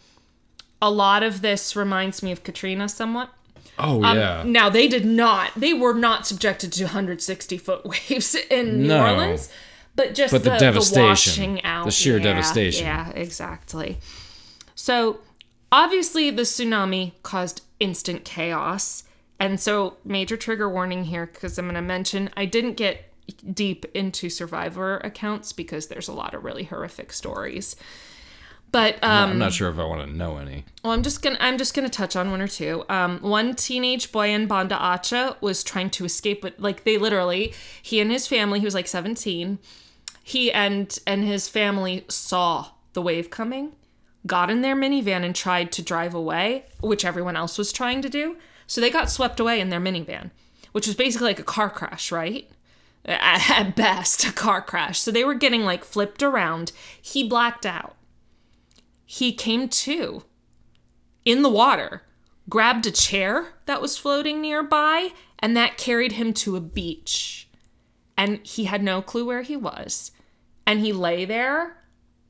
[SPEAKER 1] a lot of this reminds me of Katrina somewhat.
[SPEAKER 2] Oh
[SPEAKER 1] Um,
[SPEAKER 2] yeah.
[SPEAKER 1] Now they did not; they were not subjected to 160 foot waves in New
[SPEAKER 2] No.
[SPEAKER 1] Orleans, but just
[SPEAKER 2] But the devastation.
[SPEAKER 1] washing out,
[SPEAKER 2] The sheer
[SPEAKER 1] Yeah,
[SPEAKER 2] devastation.
[SPEAKER 1] Yeah, exactly. So obviously, the tsunami caused instant chaos, and so major trigger warning here because I'm going to mention I didn't get deep into survivor accounts because there's a lot of really horrific stories. But um,
[SPEAKER 2] I'm not sure if I want to know any.
[SPEAKER 1] well, I'm just gonna I'm just gonna touch on one or two. Um, one teenage boy in Banda Aceh was trying to escape, but like they literally, he and his family, he was like 17, he and and his family saw the wave coming, got in their minivan and tried to drive away, which everyone else was trying to do. So they got swept away in their minivan, which was basically like a car crash, right? At, at best, a car crash. So they were getting like flipped around. He blacked out. He came to in the water, grabbed a chair that was floating nearby, and that carried him to a beach. And he had no clue where he was. And he lay there,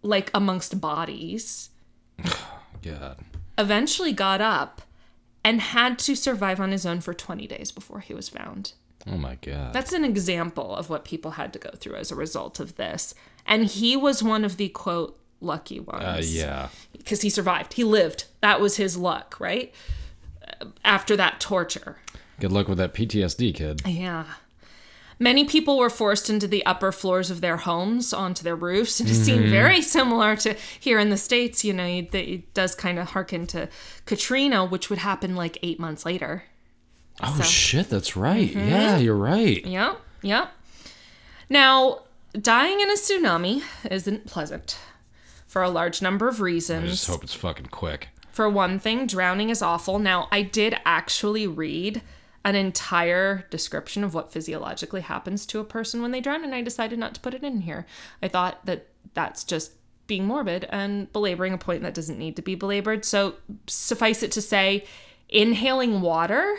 [SPEAKER 1] like amongst bodies,
[SPEAKER 2] God.
[SPEAKER 1] eventually got up and had to survive on his own for 20 days before he was found.
[SPEAKER 2] Oh my God.
[SPEAKER 1] That's an example of what people had to go through as a result of this. And he was one of the quote, lucky ones
[SPEAKER 2] uh, yeah.
[SPEAKER 1] because he survived. He lived. That was his luck, right? Uh, After that torture.
[SPEAKER 2] Good luck with that PTSD, kid.
[SPEAKER 1] Yeah. Many people were forced into the upper floors of their homes, onto their roofs, and it seemed very similar to here in the States. You know, it, it does kind of harken to Katrina, which would happen like eight months later.
[SPEAKER 2] Oh shit, that's right.
[SPEAKER 1] Mm-hmm.
[SPEAKER 2] Yeah, you're right.
[SPEAKER 1] Yep, yep. Now, dying in a tsunami isn't pleasant for a large number of reasons.
[SPEAKER 2] I just hope it's fucking quick.
[SPEAKER 1] For one thing, drowning is awful. Now, I did actually read an entire description of what physiologically happens to a person when they drown, and I decided not to put it in here. I thought that that's just being morbid and belaboring a point that doesn't need to be belabored. So suffice it to say, inhaling water,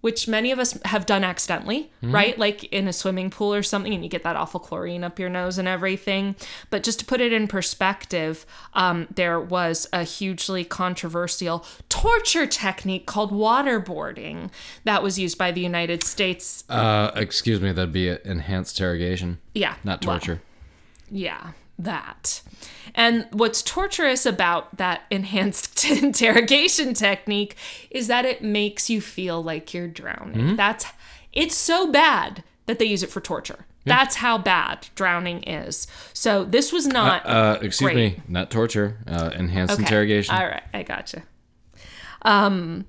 [SPEAKER 1] which many of us have done accidentally,
[SPEAKER 2] Mm-hmm.
[SPEAKER 1] right? Like in a swimming pool or something, and you get that awful chlorine up your nose and everything. But just to put it in perspective, um, there was a hugely controversial torture technique called waterboarding that was used by the United States.
[SPEAKER 2] Uh, excuse me, that'd be enhanced interrogation,
[SPEAKER 1] yeah.
[SPEAKER 2] not
[SPEAKER 1] Well,
[SPEAKER 2] torture.
[SPEAKER 1] yeah, that. And what's torturous about that enhanced interrogation technique is that it makes you feel like you're drowning. That's it's so bad that they use it for torture. That's how bad drowning is. So this was not
[SPEAKER 2] Uh, excuse
[SPEAKER 1] Great.
[SPEAKER 2] me, not torture. Uh, enhanced
[SPEAKER 1] Okay.
[SPEAKER 2] interrogation.
[SPEAKER 1] All right, I gotcha. Um,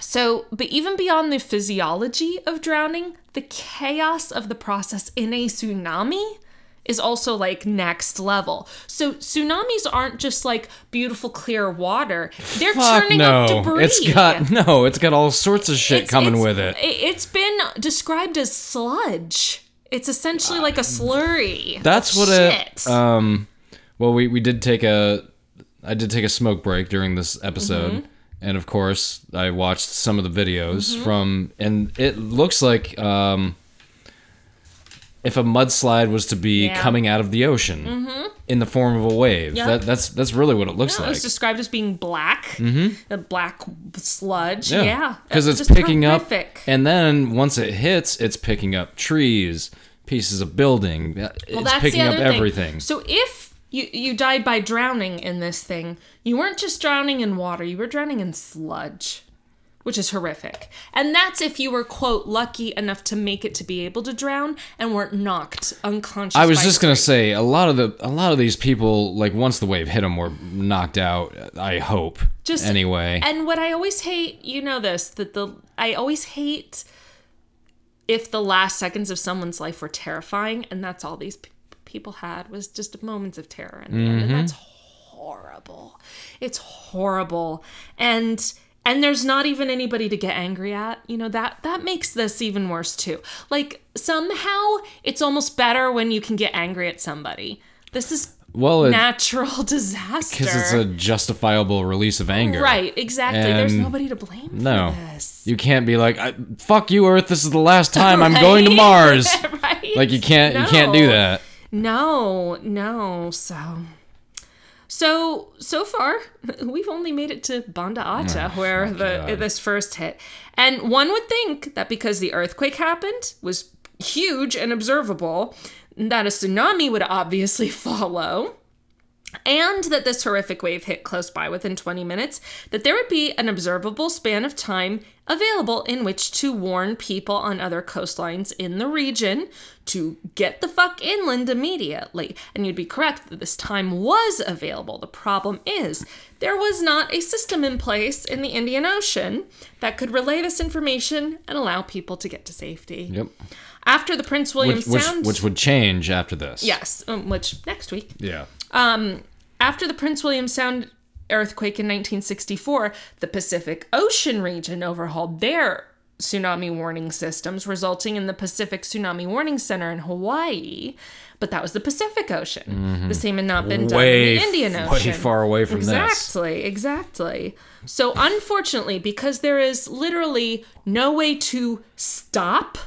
[SPEAKER 1] so, but even beyond the physiology of drowning, the chaos of the process in a tsunami is also like next level. So tsunamis aren't just like beautiful clear water; they're
[SPEAKER 2] Fuck
[SPEAKER 1] turning
[SPEAKER 2] no!
[SPEAKER 1] up debris.
[SPEAKER 2] It's got no. It's got all sorts of shit
[SPEAKER 1] It's-
[SPEAKER 2] coming
[SPEAKER 1] it's-
[SPEAKER 2] with it.
[SPEAKER 1] It's been described as sludge. It's essentially like a slurry.
[SPEAKER 2] That's what
[SPEAKER 1] Shit.
[SPEAKER 2] it. Um, well, we we did take a, I did take a smoke break during this episode,
[SPEAKER 1] Mm-hmm.
[SPEAKER 2] and of course I watched some of the videos from, and it looks like um, if a mudslide was to be
[SPEAKER 1] Yeah. Mm-hmm.
[SPEAKER 2] coming out of the ocean in the form of a wave. That that's that's really what it looks
[SPEAKER 1] No, Oh, it
[SPEAKER 2] like.
[SPEAKER 1] was described as being black, mm-hmm. the black sludge. Yeah,
[SPEAKER 2] because it's
[SPEAKER 1] just
[SPEAKER 2] picking
[SPEAKER 1] horrific.
[SPEAKER 2] up, and then once it hits, it's picking up trees, pieces of building. Uh,
[SPEAKER 1] Well,
[SPEAKER 2] it's
[SPEAKER 1] that's
[SPEAKER 2] picking
[SPEAKER 1] the
[SPEAKER 2] up
[SPEAKER 1] other thing.
[SPEAKER 2] everything.
[SPEAKER 1] So if you you died by drowning in this thing, you weren't just drowning in water; you were drowning in sludge, which is horrific. And that's if you were quote lucky enough to make it to be able to drown and weren't knocked unconscious.
[SPEAKER 2] I was
[SPEAKER 1] by
[SPEAKER 2] just gonna say a lot of the a lot of these people like once the wave hit them were knocked out. I hope.
[SPEAKER 1] Just-
[SPEAKER 2] anyway.
[SPEAKER 1] And what I always hate, you know this, that the I always hate if the last seconds of someone's life were terrifying, and that's all these p- people had was just moments of terror in the end, and that's
[SPEAKER 2] Mm-hmm.
[SPEAKER 1] horrible. It's horrible, and and there's not even anybody to get angry at. You know that that makes this even worse too. Like somehow it's almost better when you can get angry at somebody. This is
[SPEAKER 2] well, because
[SPEAKER 1] natural disaster.
[SPEAKER 2] it's a justifiable release of anger.
[SPEAKER 1] Right, exactly. There's
[SPEAKER 2] And-
[SPEAKER 1] nobody to blame
[SPEAKER 2] No.
[SPEAKER 1] for this.
[SPEAKER 2] You can't be like, I, "Fuck you, Earth! This is the last time I'm going to
[SPEAKER 1] Right?
[SPEAKER 2] Mars."
[SPEAKER 1] right?
[SPEAKER 2] Like you can't you can't do
[SPEAKER 1] No.
[SPEAKER 2] that.
[SPEAKER 1] No, no. So, so so far, we've only made it to Banda Aceh, where the
[SPEAKER 2] Oh, God.
[SPEAKER 1] this first hit, and one would think that because the earthquake happened was huge and observable, that a tsunami would obviously follow. And that this horrific wave hit close by within 20 minutes, that there would be an observable span of time available in which to warn people on other coastlines in the region to get the fuck inland immediately. And you'd be correct that this time was available. The problem is, there was not a system in place in the Indian Ocean that could relay this information and allow people to get to safety.
[SPEAKER 2] Yep.
[SPEAKER 1] After the Prince William
[SPEAKER 2] Which, which
[SPEAKER 1] Sound.
[SPEAKER 2] which would change after this.
[SPEAKER 1] yes, um, which next week.
[SPEAKER 2] Yeah.
[SPEAKER 1] After the Prince William Sound earthquake in 1964, the Pacific Ocean region overhauled their tsunami warning systems, resulting in the Pacific Tsunami Warning Center in Hawaii. But that was the Pacific Ocean. The same had not been done
[SPEAKER 2] Mm-hmm. Way
[SPEAKER 1] in the Indian
[SPEAKER 2] f-
[SPEAKER 1] Ocean.
[SPEAKER 2] way far away from this.
[SPEAKER 1] Exactly, exactly. So, unfortunately, because there is literally no way to stop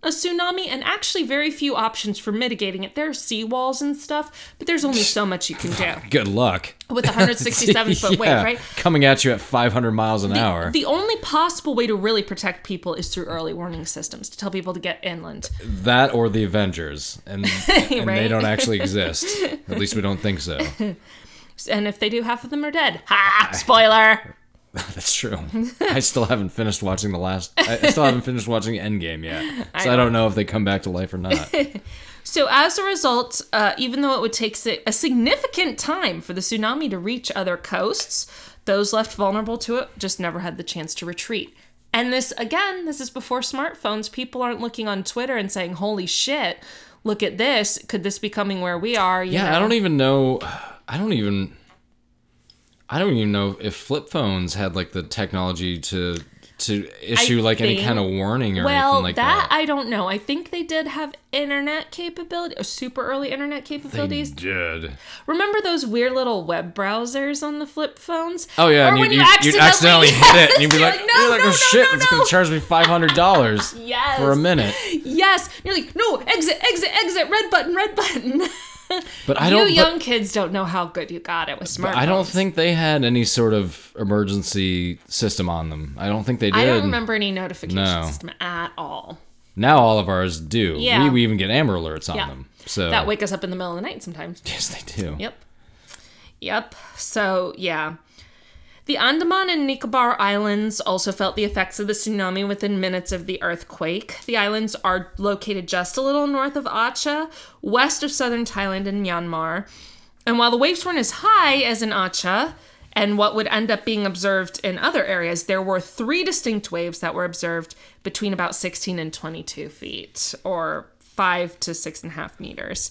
[SPEAKER 1] a tsunami and actually very few options for mitigating it, there are seawalls and stuff, but there's only so much you can do
[SPEAKER 2] Good luck.
[SPEAKER 1] with a 167 foot
[SPEAKER 2] Yeah,
[SPEAKER 1] wave, right?
[SPEAKER 2] Coming at you at 500 miles an hour.
[SPEAKER 1] The only possible way to really protect people is through early warning systems to tell people to get inland.
[SPEAKER 2] that or the Avengers, and, and they
[SPEAKER 1] Right?
[SPEAKER 2] don't actually exist. At least we don't think so.
[SPEAKER 1] And if they do, half of them are dead. Ha! Spoiler!
[SPEAKER 2] That's true. I still haven't finished watching the last. I I still haven't finished watching Endgame yet, so I don't know if they come back to life or not.
[SPEAKER 1] So, as a result, uh, even though it would take si- a significant time for the tsunami to reach other coasts, those left vulnerable to it just never had the chance to retreat. And this, again, this is before smartphones. People aren't looking on Twitter and saying, holy shit, look at this. Could this be coming where we are? You
[SPEAKER 2] Yeah,
[SPEAKER 1] know?
[SPEAKER 2] I don't even know. I don't even. I don't even know if flip phones had like the technology to to issue like any
[SPEAKER 1] think-
[SPEAKER 2] kind of warning or
[SPEAKER 1] Well,
[SPEAKER 2] anything like
[SPEAKER 1] that,
[SPEAKER 2] that.
[SPEAKER 1] I don't know. I think they did have internet capability or super early internet capabilities.
[SPEAKER 2] did.
[SPEAKER 1] Remember those weird little web browsers on the flip phones?
[SPEAKER 2] Oh yeah,
[SPEAKER 1] or
[SPEAKER 2] and
[SPEAKER 1] when
[SPEAKER 2] you,
[SPEAKER 1] you,
[SPEAKER 2] you, you'd accidentally hit it, and you'd be
[SPEAKER 1] You're
[SPEAKER 2] like,
[SPEAKER 1] like, "No,
[SPEAKER 2] you're like,
[SPEAKER 1] no,
[SPEAKER 2] oh
[SPEAKER 1] no,
[SPEAKER 2] shit,
[SPEAKER 1] no,
[SPEAKER 2] it's gonna
[SPEAKER 1] no."
[SPEAKER 2] charge me five hundred dollars
[SPEAKER 1] Yes.
[SPEAKER 2] for a minute.
[SPEAKER 1] Yes. You're like, no, exit, exit, exit, red button, red button.
[SPEAKER 2] But I don't.
[SPEAKER 1] you
[SPEAKER 2] but-
[SPEAKER 1] young kids don't know how good you got it with smartphones.
[SPEAKER 2] I don't think they had any sort of emergency system on them. I don't think they did.
[SPEAKER 1] I don't remember any notification
[SPEAKER 2] No.
[SPEAKER 1] system at all.
[SPEAKER 2] Now all of ours do.
[SPEAKER 1] Yeah.
[SPEAKER 2] We, we even get Amber alerts on
[SPEAKER 1] Yeah.
[SPEAKER 2] them. So
[SPEAKER 1] That wake us up in the middle of the night sometimes.
[SPEAKER 2] Yes, they do.
[SPEAKER 1] Yep. Yep. So, yeah. The Andaman and Nicobar Islands also felt the effects of the tsunami within minutes of the earthquake. The islands are located just a little north of Acha, west of southern Thailand and Myanmar. And while the waves weren't as high as in Acha, and what would end up being observed in other areas, there were three distinct waves that were observed between about 16 and 22 feet, or five to six and a half meters.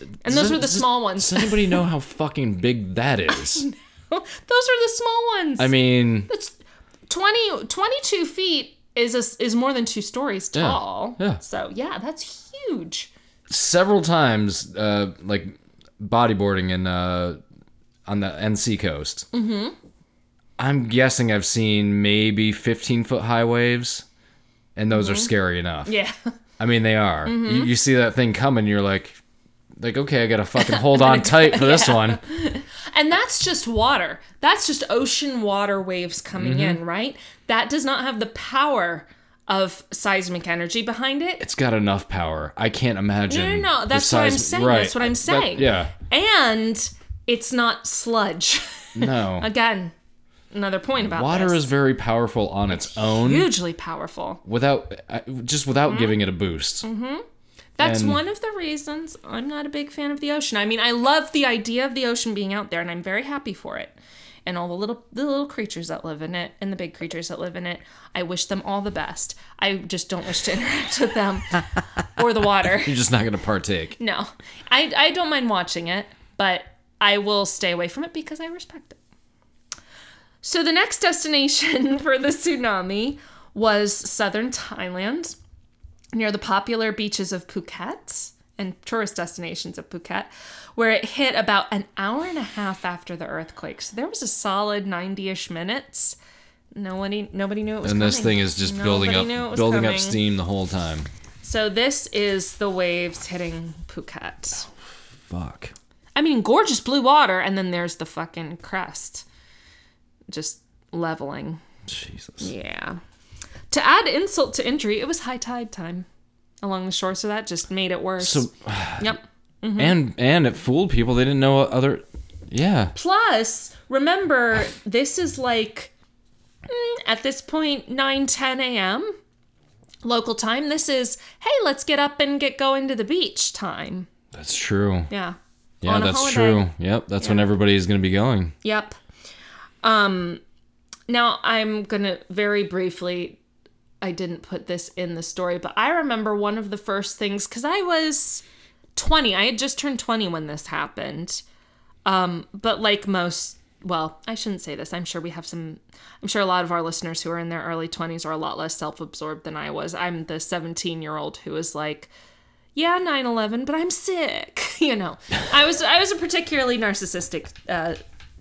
[SPEAKER 1] And those
[SPEAKER 2] Does-
[SPEAKER 1] were the
[SPEAKER 2] does-
[SPEAKER 1] small ones.
[SPEAKER 2] Does anybody know how fucking big that is?
[SPEAKER 1] Those are the small ones.
[SPEAKER 2] I mean,
[SPEAKER 1] it's 20, 22 feet is a, is more than two stories tall.
[SPEAKER 2] yeah.
[SPEAKER 1] So yeah, that's huge.
[SPEAKER 2] several times, uh, like bodyboarding in uh, on the NC coast. Mm-hmm. I'm guessing I've seen maybe 15 foot high waves, and those are
[SPEAKER 1] Mm-hmm.
[SPEAKER 2] scary enough.
[SPEAKER 1] Yeah.
[SPEAKER 2] I mean, they are.
[SPEAKER 1] Mm-hmm.
[SPEAKER 2] You, you see that thing coming, you're like, like okay, I gotta fucking hold on tight for this one.
[SPEAKER 1] And that's just water. That's just ocean water waves coming
[SPEAKER 2] Mm-hmm.
[SPEAKER 1] in, right? That does not have the power of seismic energy behind it.
[SPEAKER 2] It's got enough power. I can't imagine.
[SPEAKER 1] No, no, no.
[SPEAKER 2] the
[SPEAKER 1] That's what I'm
[SPEAKER 2] size-
[SPEAKER 1] saying.
[SPEAKER 2] Right.
[SPEAKER 1] That's what I'm
[SPEAKER 2] That-
[SPEAKER 1] saying.
[SPEAKER 2] yeah.
[SPEAKER 1] And it's not sludge.
[SPEAKER 2] No.
[SPEAKER 1] Again, another point about
[SPEAKER 2] Water
[SPEAKER 1] this.
[SPEAKER 2] is very powerful on its own
[SPEAKER 1] hugely powerful.
[SPEAKER 2] without I- just without
[SPEAKER 1] Mm-hmm.
[SPEAKER 2] giving it a boost.
[SPEAKER 1] That's
[SPEAKER 2] And-
[SPEAKER 1] one of the reasons I'm not a big fan of the ocean. I mean, I love the idea of the ocean being out there, and I'm very happy for it, and all the little the little creatures that live in it, and the big creatures that live in it. I wish them all the best. I just don't wish to interact with them or the water.
[SPEAKER 2] You're just not going to partake.
[SPEAKER 1] No, I I don't mind watching it, but I will stay away from it because I respect it. So the next destination for the tsunami was southern Thailand, near the popular beaches of Phuket and tourist destinations of Phuket, where it hit about an hour and a half after the earthquake. So there was a solid 90-ish minutes. Nobody, nobody knew it was
[SPEAKER 2] And
[SPEAKER 1] coming.
[SPEAKER 2] this thing is just building
[SPEAKER 1] Nobody knew it
[SPEAKER 2] up,
[SPEAKER 1] was
[SPEAKER 2] building
[SPEAKER 1] coming.
[SPEAKER 2] up steam the whole time.
[SPEAKER 1] So this is the waves hitting Phuket.
[SPEAKER 2] Fuck.
[SPEAKER 1] I mean, gorgeous blue water, and then there's the fucking crest. Just leveling.
[SPEAKER 2] Jesus.
[SPEAKER 1] Yeah. To add insult to injury, it was high tide time along the shore, so that just made it worse.
[SPEAKER 2] So
[SPEAKER 1] yep. Mm-hmm.
[SPEAKER 2] and and it fooled people. They didn't know what other. Yeah.
[SPEAKER 1] Plus, remember, this is like mm, at this point 9 10 a.m. local time. This is, hey, let's get up and get going to the beach time.
[SPEAKER 2] That's true.
[SPEAKER 1] Yeah.
[SPEAKER 2] Yeah,
[SPEAKER 1] On a
[SPEAKER 2] that's
[SPEAKER 1] holiday.
[SPEAKER 2] true. Yep, that's when everybody is going to be going.
[SPEAKER 1] Yep. Um now I'm going to very briefly I didn't put this in the story, but I remember one of the first things cuz I was 20. I had just turned 20 when this happened. Um but like most well, I shouldn't say this. I'm sure we have some I'm sure a lot of our listeners who are in their early 20s are a lot less self-absorbed than I was. I'm the 17-year-old who is like yeah 9-11 but i'm sick you know i was i was a particularly narcissistic uh,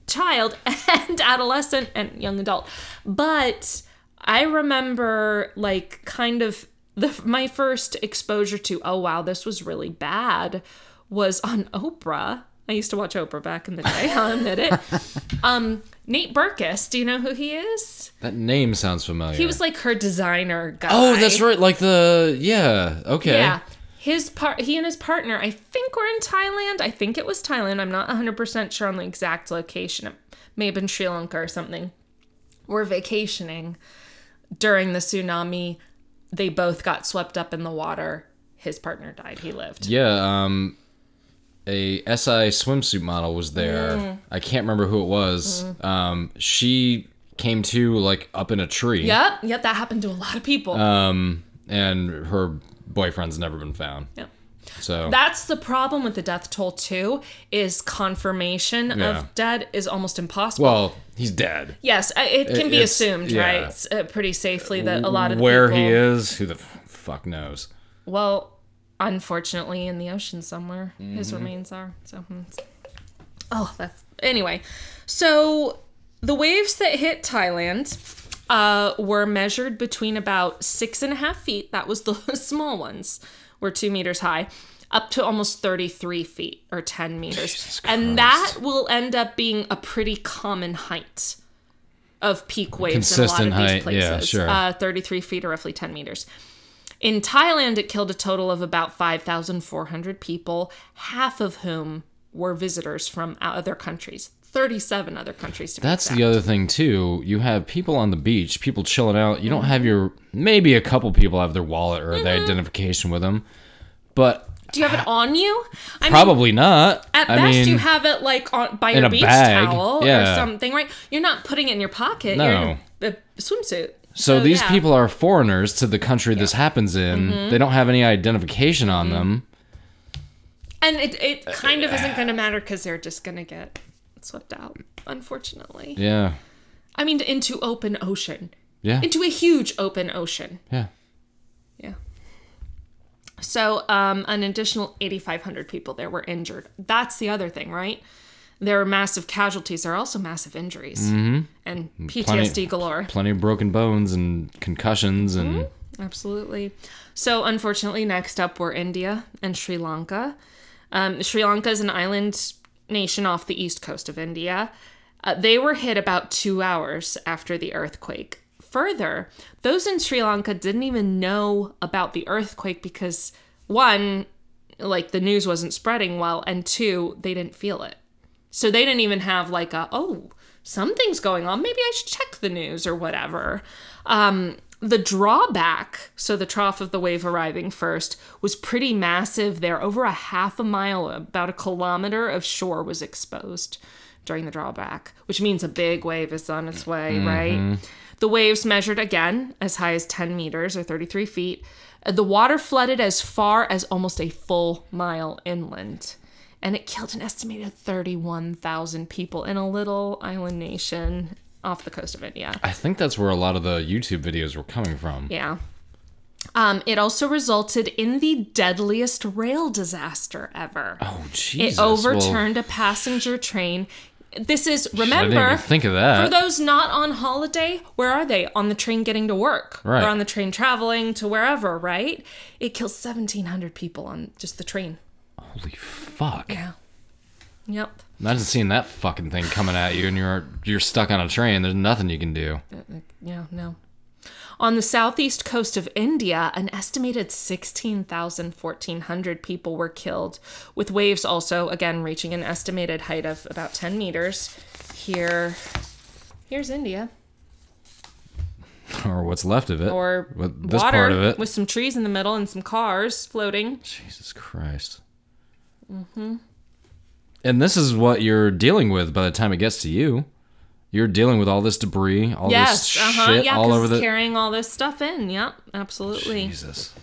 [SPEAKER 1] child and adolescent and young adult but i remember like kind of the, my first exposure to oh wow this was really bad was on oprah i used to watch oprah back in the day i'll admit it um nate burkus do you know who he is
[SPEAKER 2] That name sounds familiar.
[SPEAKER 1] he was like her designer guy
[SPEAKER 2] Oh, that's right. Like the yeah. Okay.
[SPEAKER 1] yeah. His part, he and his partner, I think, were in Thailand. I think it was Thailand. I'm not 100% sure on the exact location. It may have been Sri Lanka or something. Were vacationing during the tsunami. They both got swept up in the water. His partner died. He lived.
[SPEAKER 2] Yeah, um a SI swimsuit model was there.
[SPEAKER 1] Mm.
[SPEAKER 2] I can't remember who it was. Um she came to like up in a tree.
[SPEAKER 1] Yep.
[SPEAKER 2] Uh.
[SPEAKER 1] Yep. That happened to a lot of people.
[SPEAKER 2] Um and her boyfriend's never been found.
[SPEAKER 1] Yep.
[SPEAKER 2] So
[SPEAKER 1] That's the problem with the death toll too. Is confirmation
[SPEAKER 2] Yeah.
[SPEAKER 1] of dead is almost impossible.
[SPEAKER 2] well, he's dead.
[SPEAKER 1] yes, I- it can be
[SPEAKER 2] it's-
[SPEAKER 1] assumed,
[SPEAKER 2] yeah.
[SPEAKER 1] right? It's, uh, pretty safely that a lot of the
[SPEAKER 2] Where
[SPEAKER 1] people,
[SPEAKER 2] he is, who the f- fuck knows?
[SPEAKER 1] Well, unfortunately, in the ocean somewhere, his
[SPEAKER 2] Mm-hmm.
[SPEAKER 1] remains are. So, hmm. oh, that's anyway. So, the waves that hit Thailand uh, were measured between about six and a half feet. That was the small ones, were two meters high, up to almost thirty-three feet or ten meters, and that will end up being a pretty common height of peak waves in
[SPEAKER 2] Consistent
[SPEAKER 1] a lot of
[SPEAKER 2] height,
[SPEAKER 1] these places.
[SPEAKER 2] yeah, sure.
[SPEAKER 1] uh, Thirty-three feet or roughly ten meters. In Thailand, it killed a total of about 5,400 people, half of whom were visitors from other countries. 37 other countries to be
[SPEAKER 2] That's
[SPEAKER 1] exact.
[SPEAKER 2] the other thing too. You have people on the beach, people chilling out. You don't have your maybe a couple people have their wallet or
[SPEAKER 1] Mm-hmm.
[SPEAKER 2] their identification with them, but
[SPEAKER 1] Do you have it on you? I mean,
[SPEAKER 2] probably not.
[SPEAKER 1] at
[SPEAKER 2] I
[SPEAKER 1] best,
[SPEAKER 2] mean,
[SPEAKER 1] you have it like on by your
[SPEAKER 2] a
[SPEAKER 1] beach
[SPEAKER 2] bag,
[SPEAKER 1] towel
[SPEAKER 2] yeah.
[SPEAKER 1] or something, right? You're not putting it in your pocket. You're in a, a swimsuit.
[SPEAKER 2] so, these
[SPEAKER 1] yeah. Mm-hmm.
[SPEAKER 2] people are foreigners to the country this happens in. They don't have any identification on them.
[SPEAKER 1] And it, it
[SPEAKER 2] Uh,
[SPEAKER 1] kind of isn't going to matter because they're just going to get swept out, unfortunately.
[SPEAKER 2] Yeah,
[SPEAKER 1] I mean, into open ocean,
[SPEAKER 2] yeah,
[SPEAKER 1] into a huge open ocean.
[SPEAKER 2] yeah.
[SPEAKER 1] Yeah. So, um, an additional 8,500 people there were injured. That's the other thing, right? There are massive casualties. There are also massive injuries and PTSD galore.
[SPEAKER 2] Plenty of broken bones and concussions and
[SPEAKER 1] Mm-hmm. Absolutely. So, unfortunately, next up were India and Sri Lanka. Um, Sri Lanka is an island nation off the east coast of India. Uh, they were hit about two hours after the earthquake. Further, those in Sri Lanka didn't even know about the earthquake because, one, like the news wasn't spreading well, and two, they didn't feel it. So they didn't even have like a, oh, something's going on. Maybe I should check the news or whatever. Um, the drawback, so the trough of the wave arriving first, was pretty massive there. Over a half a mile, about a kilometer of shore was exposed during the drawback, which means a big wave is on its way, right? The waves measured again as high as 10 meters or 33 feet. Uh, The water flooded as far as almost a full mile inland and it killed an estimated 31,000 people in a little island nation off the coast of India.
[SPEAKER 2] I think that's where a lot of the YouTube videos were coming from.
[SPEAKER 1] Yeah. Um, it also resulted in the deadliest rail disaster ever.
[SPEAKER 2] Oh Jesus!
[SPEAKER 1] it
[SPEAKER 2] well,
[SPEAKER 1] overturned a passenger train. This is,
[SPEAKER 2] I didn't even
[SPEAKER 1] remember,
[SPEAKER 2] think of that.
[SPEAKER 1] for those not on holiday, where are they? On the train getting to work
[SPEAKER 2] Right.
[SPEAKER 1] or on the train traveling to wherever, right? It killed 1,700 people on just the train.
[SPEAKER 2] Holy fuck!
[SPEAKER 1] Yep.
[SPEAKER 2] Imagine seeing that fucking thing coming at you, and you're you're stuck on a train. There's nothing you can do.
[SPEAKER 1] Yeah, no. On the southeast coast of India, an estimated 16,000, 1,400 people were killed, with waves also, again, reaching an estimated height of about 10 meters. Here, here's India,
[SPEAKER 2] or what's left of it,
[SPEAKER 1] or
[SPEAKER 2] With this
[SPEAKER 1] water
[SPEAKER 2] part of it.
[SPEAKER 1] with some trees in the middle and some cars floating.
[SPEAKER 2] Jesus Christ. Mm-hmm. And this is what you're dealing with by the time it gets to you. You're dealing with all this debris, all
[SPEAKER 1] Yes,
[SPEAKER 2] this
[SPEAKER 1] uh huh,
[SPEAKER 2] shit
[SPEAKER 1] yeah,
[SPEAKER 2] all
[SPEAKER 1] 'cause
[SPEAKER 2] over
[SPEAKER 1] it's
[SPEAKER 2] the.
[SPEAKER 1] carrying all this stuff in. Yep, absolutely.
[SPEAKER 2] Jesus.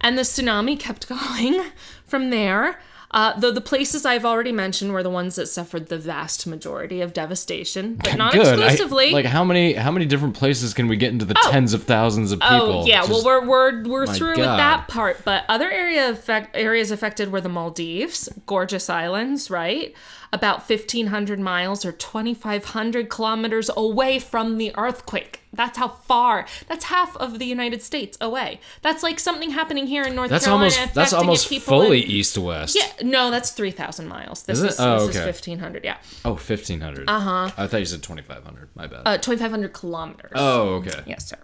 [SPEAKER 1] And the tsunami kept going from there. Uh, though the places I've already mentioned were the ones that suffered the vast majority of devastation, but not
[SPEAKER 2] Good. I-
[SPEAKER 1] exclusively.
[SPEAKER 2] like how many how many different places can we get into the tens of thousands of people?
[SPEAKER 1] oh yeah, well
[SPEAKER 2] Just-
[SPEAKER 1] we're we're we're through with
[SPEAKER 2] God.
[SPEAKER 1] that part. But other area affect, areas affected were the Maldives, gorgeous islands, right? About fifteen hundred miles or twenty five hundred kilometers away from the earthquake. That's how far. That's half of the United States away. That's like something happening here in North
[SPEAKER 2] that's
[SPEAKER 1] Carolina.
[SPEAKER 2] almost that's
[SPEAKER 1] affecting
[SPEAKER 2] almost
[SPEAKER 1] people in-
[SPEAKER 2] fully east to west.
[SPEAKER 1] Yeah, no, that's 3,000 miles. This
[SPEAKER 2] Is it?
[SPEAKER 1] is,
[SPEAKER 2] Oh,
[SPEAKER 1] this
[SPEAKER 2] okay.
[SPEAKER 1] is 1,500, yeah.
[SPEAKER 2] Oh, 1500. Uh-huh. I thought you said 2500. My bad.
[SPEAKER 1] Uh, 2,500 kilometers.
[SPEAKER 2] oh, okay.
[SPEAKER 1] Yes, sir.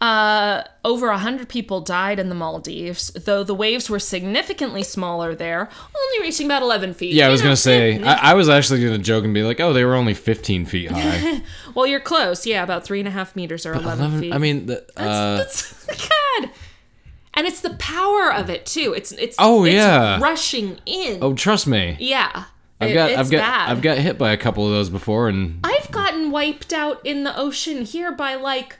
[SPEAKER 1] Uh, over 100 people died in the Maldives, though the waves were significantly smaller there, only reaching about 11 feet.
[SPEAKER 2] Yeah, I
[SPEAKER 1] You
[SPEAKER 2] was
[SPEAKER 1] know,
[SPEAKER 2] gonna say I, I was actually gonna joke and be like, oh, they were only 15 feet high.
[SPEAKER 1] Well, you're close. Yeah, about three and a half meters or 11, feet.
[SPEAKER 2] I mean, the, uh,
[SPEAKER 1] That's, God. And it's the power of it, too. It's, it's,
[SPEAKER 2] Oh,
[SPEAKER 1] it's
[SPEAKER 2] yeah.
[SPEAKER 1] rushing in.
[SPEAKER 2] oh, trust me,
[SPEAKER 1] Yeah.
[SPEAKER 2] I've
[SPEAKER 1] It-
[SPEAKER 2] got
[SPEAKER 1] it's
[SPEAKER 2] I've got
[SPEAKER 1] bad.
[SPEAKER 2] I've got hit by a couple of those before, and
[SPEAKER 1] I've gotten wiped out in the ocean here by like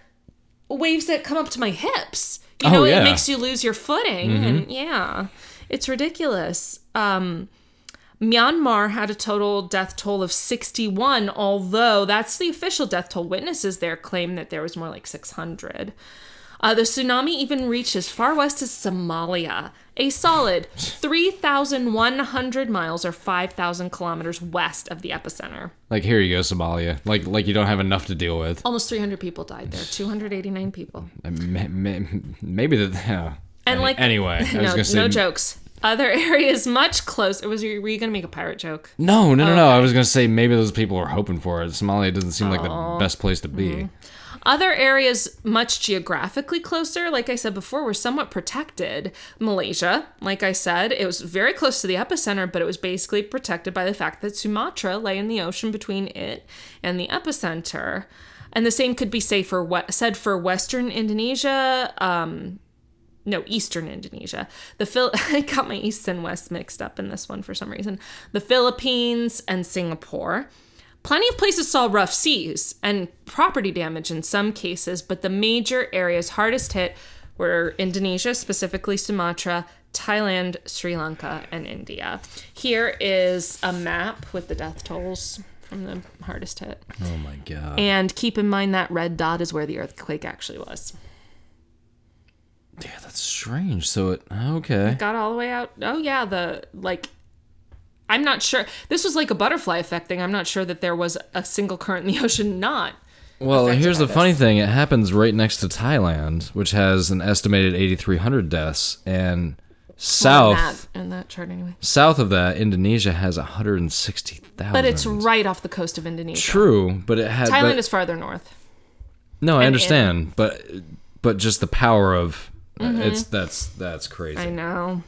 [SPEAKER 1] waves that come up to my hips. You
[SPEAKER 2] Oh,
[SPEAKER 1] know,
[SPEAKER 2] yeah. Mm-hmm.
[SPEAKER 1] it makes you lose your footing. And yeah, It's ridiculous. Um, Myanmar had a total death toll of 61, although that's the official death toll. Witnesses there claim that there was more like 600. Uh, the tsunami even reached as far west as Somalia, a solid 3,100 miles or 5,000 kilometers west of the epicenter.
[SPEAKER 2] Like here you go, Somalia. Like like you don't have enough to deal with.
[SPEAKER 1] Almost 300 people died there, 289 people.
[SPEAKER 2] Uh, ma- ma- Maybe the yeah.
[SPEAKER 1] And,
[SPEAKER 2] Any-
[SPEAKER 1] like-
[SPEAKER 2] anyway, I was
[SPEAKER 1] No,
[SPEAKER 2] gonna say
[SPEAKER 1] no jokes. Other areas much closer. Was were you gonna make a pirate joke?
[SPEAKER 2] No, no, no, no. I was gonna say maybe those people were hoping for it. Somalia doesn't seem like the best place to be.
[SPEAKER 1] Mm-hmm. Other areas much geographically closer, like I said before, were somewhat protected. Malaysia, like I said, it was very close to the epicenter, but it was basically protected by the fact that Sumatra lay in the ocean between it and the epicenter. And the same could be say for we- said for Western Indonesia, no, Eastern Indonesia. The Phil- I got my East and West mixed up in this one for some reason. The Philippines and Singapore. Plenty of places saw rough seas and property damage in some cases, but the major areas hardest hit were Indonesia, specifically Sumatra, Thailand, Sri Lanka, and India. Here is a map with the death tolls from the hardest hit.
[SPEAKER 2] Oh my god.
[SPEAKER 1] And keep in mind that red dot is where the earthquake actually was.
[SPEAKER 2] Yeah, that's strange. So it okay.
[SPEAKER 1] got all the way out. Oh yeah, the like I'm not sure. This was like a butterfly effect thing. I'm not sure that there was a single current in the ocean not.
[SPEAKER 2] Well, here's the
[SPEAKER 1] by
[SPEAKER 2] funny thing. It happens right next to Thailand, which has an estimated 8,300 deaths, and
[SPEAKER 1] on
[SPEAKER 2] south
[SPEAKER 1] that, in that chart anyway.
[SPEAKER 2] south of that, Indonesia has 160,000.
[SPEAKER 1] But it's right off the coast of Indonesia.
[SPEAKER 2] true, but it had
[SPEAKER 1] Thailand
[SPEAKER 2] but-
[SPEAKER 1] is farther north.
[SPEAKER 2] No, I understand, but but just the power of uh,
[SPEAKER 1] Mm-hmm.
[SPEAKER 2] it's that's that's crazy.
[SPEAKER 1] I know.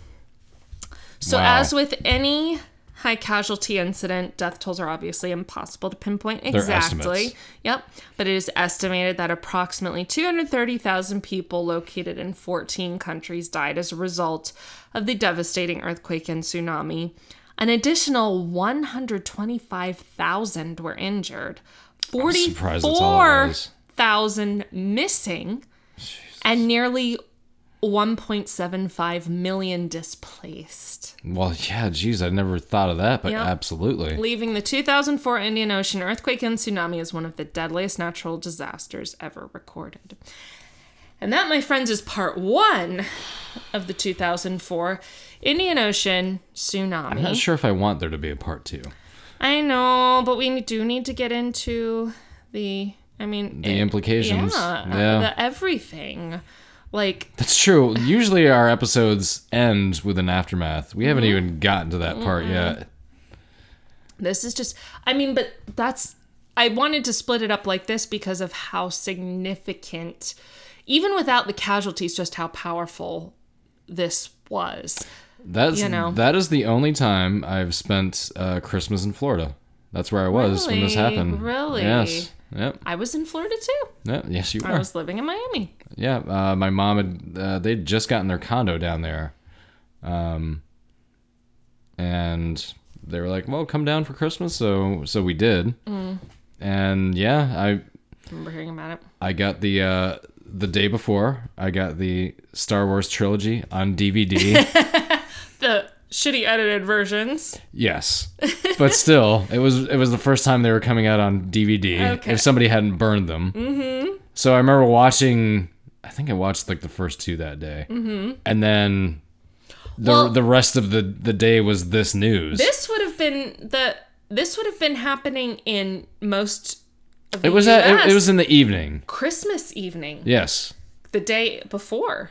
[SPEAKER 1] So
[SPEAKER 2] Wow.
[SPEAKER 1] as with any high casualty incident, death tolls are obviously impossible to pinpoint exactly.
[SPEAKER 2] estimates.
[SPEAKER 1] Yep, but it is estimated that approximately 230,000 people located in 14 countries died as a result of the devastating earthquake and tsunami. An additional 125,000 were injured.
[SPEAKER 2] surprised that's all it was.
[SPEAKER 1] 44,000 missing and nearly 1.75 million displaced,
[SPEAKER 2] Well, yeah, geez, I never thought of that, but
[SPEAKER 1] Yep.
[SPEAKER 2] absolutely.
[SPEAKER 1] leaving the 2004 Indian Ocean earthquake and tsunami as one of the deadliest natural disasters ever recorded. And that, my friends, is part one of the 2004 Indian Ocean tsunami.
[SPEAKER 2] I'm not sure if I want there to be a part two.
[SPEAKER 1] I know, but we do need to get into the. I mean,
[SPEAKER 2] The
[SPEAKER 1] it-
[SPEAKER 2] implications.
[SPEAKER 1] Yeah,
[SPEAKER 2] Yeah.
[SPEAKER 1] the everything. Like,
[SPEAKER 2] That's true. Usually our episodes end with an aftermath. We haven't
[SPEAKER 1] Mm-hmm.
[SPEAKER 2] even gotten to that part yet.
[SPEAKER 1] This is just, I mean, but that's, I wanted to split it up like this because of how significant, even without the casualties, just how powerful this was.
[SPEAKER 2] That's
[SPEAKER 1] You know.
[SPEAKER 2] that is the only time I've spent uh, Christmas in Florida. That's where I was when this
[SPEAKER 1] Really?
[SPEAKER 2] happened.
[SPEAKER 1] Really?
[SPEAKER 2] Yes. Yep.
[SPEAKER 1] I was in Florida too.
[SPEAKER 2] yep. Yes, you
[SPEAKER 1] I
[SPEAKER 2] were.
[SPEAKER 1] was living in Miami.
[SPEAKER 2] Yeah. Uh, my mom had uh, they'd just gotten their condo down there, um, and they were like, "Well, come down for Christmas." So so we did.
[SPEAKER 1] Mm.
[SPEAKER 2] And yeah, I
[SPEAKER 1] I remember hearing about it.
[SPEAKER 2] I got the uh, the day before. I got the Star Wars trilogy on DVD.
[SPEAKER 1] The shitty edited versions.
[SPEAKER 2] yes, but still, it was it was the first time they were coming out on DVD.
[SPEAKER 1] Okay.
[SPEAKER 2] If somebody hadn't burned them, mm-hmm. so I remember watching. I think I watched like the first two that day, mm-hmm. and then the
[SPEAKER 1] Well-
[SPEAKER 2] the rest of the the day was this news.
[SPEAKER 1] This would have been the, this would have been happening in most of the
[SPEAKER 2] it was
[SPEAKER 1] US
[SPEAKER 2] at, it, it was in the evening.
[SPEAKER 1] Christmas evening.
[SPEAKER 2] Yes,
[SPEAKER 1] the day before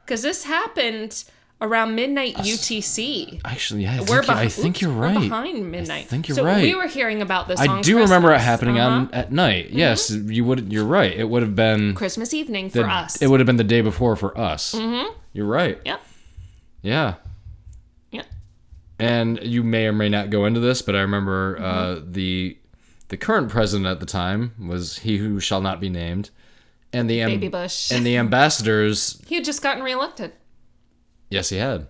[SPEAKER 1] because this happened around midnight UTC.
[SPEAKER 2] actually, yeah. I,
[SPEAKER 1] We're
[SPEAKER 2] think, you- I
[SPEAKER 1] behind.
[SPEAKER 2] think you're
[SPEAKER 1] We're
[SPEAKER 2] right.
[SPEAKER 1] behind midnight.
[SPEAKER 2] think you're
[SPEAKER 1] so We
[SPEAKER 2] right.
[SPEAKER 1] were hearing about this.
[SPEAKER 2] I
[SPEAKER 1] on
[SPEAKER 2] do remember it
[SPEAKER 1] Christmas.
[SPEAKER 2] happening
[SPEAKER 1] Uh-huh. Mm-hmm.
[SPEAKER 2] on at night. Yes, you would. You're right. It would have been
[SPEAKER 1] Christmas evening for us.
[SPEAKER 2] Mm. It would have been the day before for us. Mm-hmm. You're right.
[SPEAKER 1] yep.
[SPEAKER 2] Yeah.
[SPEAKER 1] Yep.
[SPEAKER 2] And you may or may not go into this, but I remember uh,
[SPEAKER 1] Mm-hmm.
[SPEAKER 2] the the current president at the time was he who shall not be named, and the am-
[SPEAKER 1] Baby Bush.
[SPEAKER 2] and the ambassadors.
[SPEAKER 1] He had just gotten reelected.
[SPEAKER 2] Yes, he had.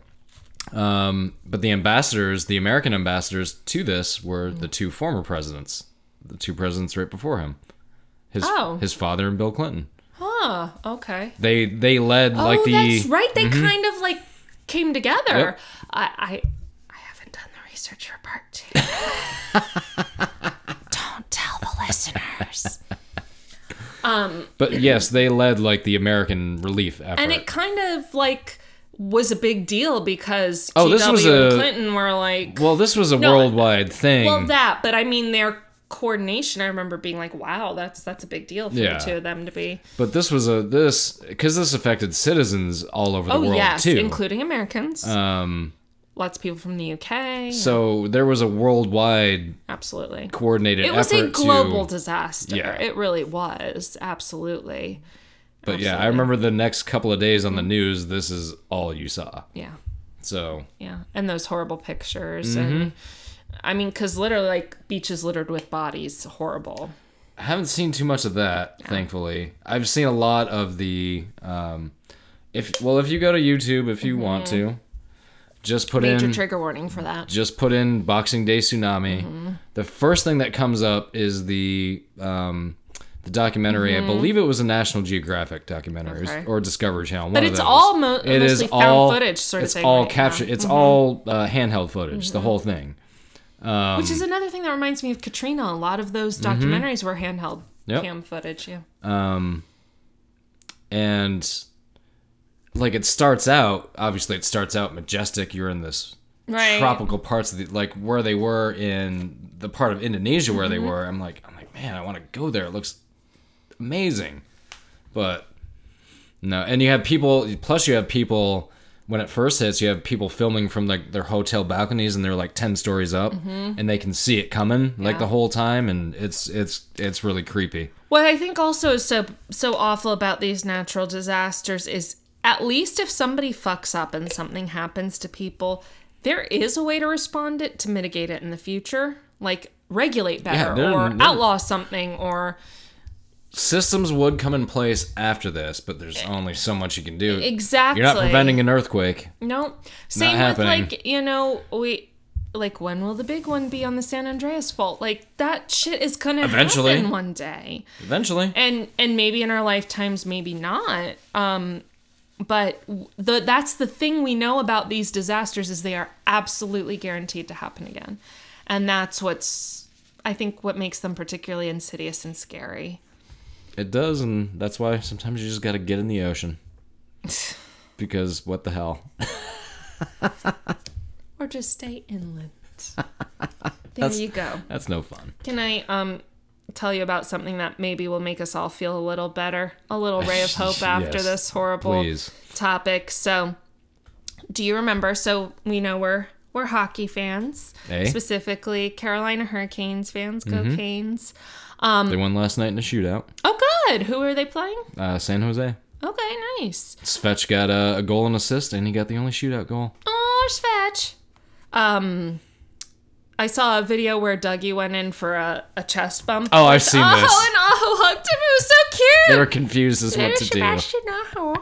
[SPEAKER 2] Um, but the ambassadors, the American ambassadors to this, were
[SPEAKER 1] Mm.
[SPEAKER 2] the two former presidents, the two presidents right before him, his
[SPEAKER 1] Oh.
[SPEAKER 2] his father and Bill Clinton.
[SPEAKER 1] Huh. Okay.
[SPEAKER 2] They they led like
[SPEAKER 1] oh,
[SPEAKER 2] the Mm-hmm.
[SPEAKER 1] that's right. They kind of like came together. I I, I haven't done the research for part two. Don't tell the listeners.
[SPEAKER 2] But yes, they led like the American relief effort.
[SPEAKER 1] And it kind of like was a big deal because
[SPEAKER 2] Oh,
[SPEAKER 1] GW
[SPEAKER 2] this was
[SPEAKER 1] and
[SPEAKER 2] a-
[SPEAKER 1] Clinton were like,
[SPEAKER 2] well, this was a worldwide thing.
[SPEAKER 1] well, that. But I mean, their coordination. I remember being like, wow, that's that's a big deal for
[SPEAKER 2] Yeah.
[SPEAKER 1] the two of them to be.
[SPEAKER 2] But this was a this because this affected citizens all over the
[SPEAKER 1] Oh
[SPEAKER 2] world
[SPEAKER 1] yes,
[SPEAKER 2] too.
[SPEAKER 1] including Americans. Um, lots of people from the UK.
[SPEAKER 2] so there was a worldwide
[SPEAKER 1] Absolutely.
[SPEAKER 2] coordinated
[SPEAKER 1] It was a
[SPEAKER 2] effort
[SPEAKER 1] global
[SPEAKER 2] to.
[SPEAKER 1] disaster.
[SPEAKER 2] Yeah.
[SPEAKER 1] It really was. Absolutely.
[SPEAKER 2] But yeah, I remember the next couple of days on the news. This is all you saw.
[SPEAKER 1] Yeah.
[SPEAKER 2] So
[SPEAKER 1] Yeah. And those horrible pictures. And
[SPEAKER 2] Mm-hmm.
[SPEAKER 1] I mean, because literally, like, beaches littered with bodies. Horrible.
[SPEAKER 2] I haven't seen too much of that, thankfully. I've seen a lot of the um, if well, if you go to YouTube, if you want to, just put
[SPEAKER 1] Mm-hmm. Major
[SPEAKER 2] in
[SPEAKER 1] trigger warning for that. Mm-hmm.
[SPEAKER 2] just put in Boxing Day tsunami. The first thing that comes up is the um, the documentary. I believe it was a National Geographic documentary
[SPEAKER 1] Mm-hmm. Okay.
[SPEAKER 2] or Discovery Channel. One
[SPEAKER 1] But
[SPEAKER 2] of
[SPEAKER 1] it's
[SPEAKER 2] those.
[SPEAKER 1] all mo- mostly found footage sort of
[SPEAKER 2] it's
[SPEAKER 1] thing
[SPEAKER 2] all
[SPEAKER 1] right Mm-hmm. now.
[SPEAKER 2] captured. It's all uh, handheld footage. The whole thing.
[SPEAKER 1] Which
[SPEAKER 2] Mm.
[SPEAKER 1] is another thing that reminds me of Katrina. A lot of those documentaries were handheld
[SPEAKER 2] Mm-hmm. Yep.
[SPEAKER 1] cam footage. Yeah.
[SPEAKER 2] and like it starts out obviously it starts out majestic you're in this
[SPEAKER 1] Right.
[SPEAKER 2] tropical parts of the like where they were in the part of Indonesia where they were I'm like I'm like man I want to go there it looks amazing but no and you have people plus you have people when it first hits you have people filming from like their hotel balconies and they're like 10 stories up and they can see it coming like the whole time and it's it's it's really creepy
[SPEAKER 1] What I think also is so so awful about these natural disasters is at least if somebody fucks up and something happens to people, there is a way to respond it to mitigate it in the future, like regulate better
[SPEAKER 2] there-
[SPEAKER 1] or
[SPEAKER 2] there-
[SPEAKER 1] outlaw something or
[SPEAKER 2] systems would come in place after this, but there's only so much you can do.
[SPEAKER 1] exactly.
[SPEAKER 2] You're not preventing an earthquake.
[SPEAKER 1] No. Same with
[SPEAKER 2] happening.
[SPEAKER 1] like, you know, we like when will the big one be on the San Andreas fault? Like that shit is gonna
[SPEAKER 2] Eventually.
[SPEAKER 1] happen one day.
[SPEAKER 2] Eventually.
[SPEAKER 1] and and maybe in our lifetimes maybe not um but the that's the thing we know about these disasters is they are absolutely guaranteed to happen again and that's what's i think what makes them particularly insidious and scary
[SPEAKER 2] It does, and that's why sometimes you just gotta get in the ocean. because what the hell?
[SPEAKER 1] or just stay inland there you go
[SPEAKER 2] That's no fun.
[SPEAKER 1] can i um tell you about something that maybe will make us all feel a little better a little ray of hope after
[SPEAKER 2] Yes,
[SPEAKER 1] this horrible
[SPEAKER 2] Please.
[SPEAKER 1] topic. So, do you remember? So we know we're we're hockey fans,
[SPEAKER 2] Eh? Mm-hmm.
[SPEAKER 1] specifically Carolina Hurricanes fans. Go Canes!
[SPEAKER 2] they won last night in a shootout.
[SPEAKER 1] Oh, good. Who are they playing?
[SPEAKER 2] Uh, San Jose.
[SPEAKER 1] Okay, nice.
[SPEAKER 2] Svetch got a, a goal and assist, and he got the only shootout goal.
[SPEAKER 1] Oh, Svetch. Um, I saw a video where Dougie went in for a, a chest bump.
[SPEAKER 2] Oh, I've seen
[SPEAKER 1] Aho
[SPEAKER 2] this.
[SPEAKER 1] and Aho hugged him. It was so cute.
[SPEAKER 2] They were confused as what to do.
[SPEAKER 1] Sebastian Aho.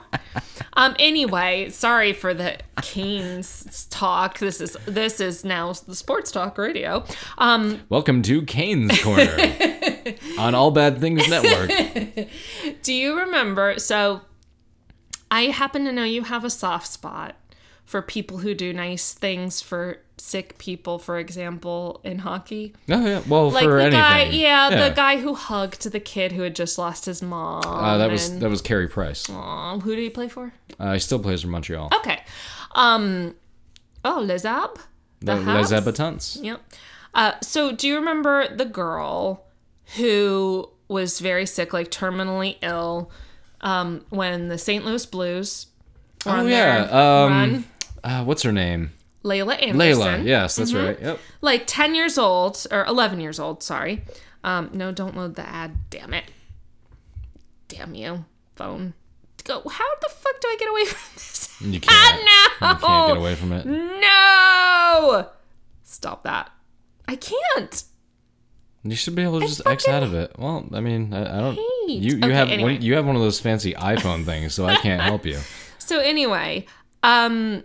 [SPEAKER 1] um. Anyway, sorry for the Canes talk. This is this is now the sports talk radio. Um.
[SPEAKER 2] Welcome to Kane's Corner on All Bad Things Network.
[SPEAKER 1] Do you remember? So, I happen to know you have a soft spot for people who do nice things for sick people. For example, in hockey,
[SPEAKER 2] Oh yeah, well
[SPEAKER 1] like
[SPEAKER 2] for
[SPEAKER 1] the
[SPEAKER 2] anything.
[SPEAKER 1] guy, yeah, the guy who hugged the kid who had just lost his mom.
[SPEAKER 2] Uh, that was
[SPEAKER 1] and-
[SPEAKER 2] that was Carey Price.
[SPEAKER 1] Aw, who did he play for?
[SPEAKER 2] Uh, he still plays for Montreal.
[SPEAKER 1] Okay. Um. Oh, Lizab.
[SPEAKER 2] The
[SPEAKER 1] Habs?
[SPEAKER 2] Les Habitants.
[SPEAKER 1] Yep. Uh, so, do you remember the girl who was very sick, like terminally ill, um, when the St. Louis Blues were on
[SPEAKER 2] Oh yeah.
[SPEAKER 1] their
[SPEAKER 2] Um,
[SPEAKER 1] run?
[SPEAKER 2] uh, what's her name?
[SPEAKER 1] Layla Anderson,
[SPEAKER 2] Layla. Yes, that's
[SPEAKER 1] Mm-hmm.
[SPEAKER 2] right. Yep.
[SPEAKER 1] like ten years old or eleven years old. Sorry. Um, no, don't load the ad. Damn it. Damn you, phone. Go. How the fuck do I get away from this?
[SPEAKER 2] You can't.
[SPEAKER 1] Ah, no.
[SPEAKER 2] You can't get away from it.
[SPEAKER 1] No. Stop that. I can't.
[SPEAKER 2] You should be able to just X out of it. Well, I mean, I, I don't.
[SPEAKER 1] Hate.
[SPEAKER 2] You you
[SPEAKER 1] Okay,
[SPEAKER 2] have
[SPEAKER 1] anyway.
[SPEAKER 2] one, you have one of those fancy iPhone things, so I can't help you.
[SPEAKER 1] So anyway, um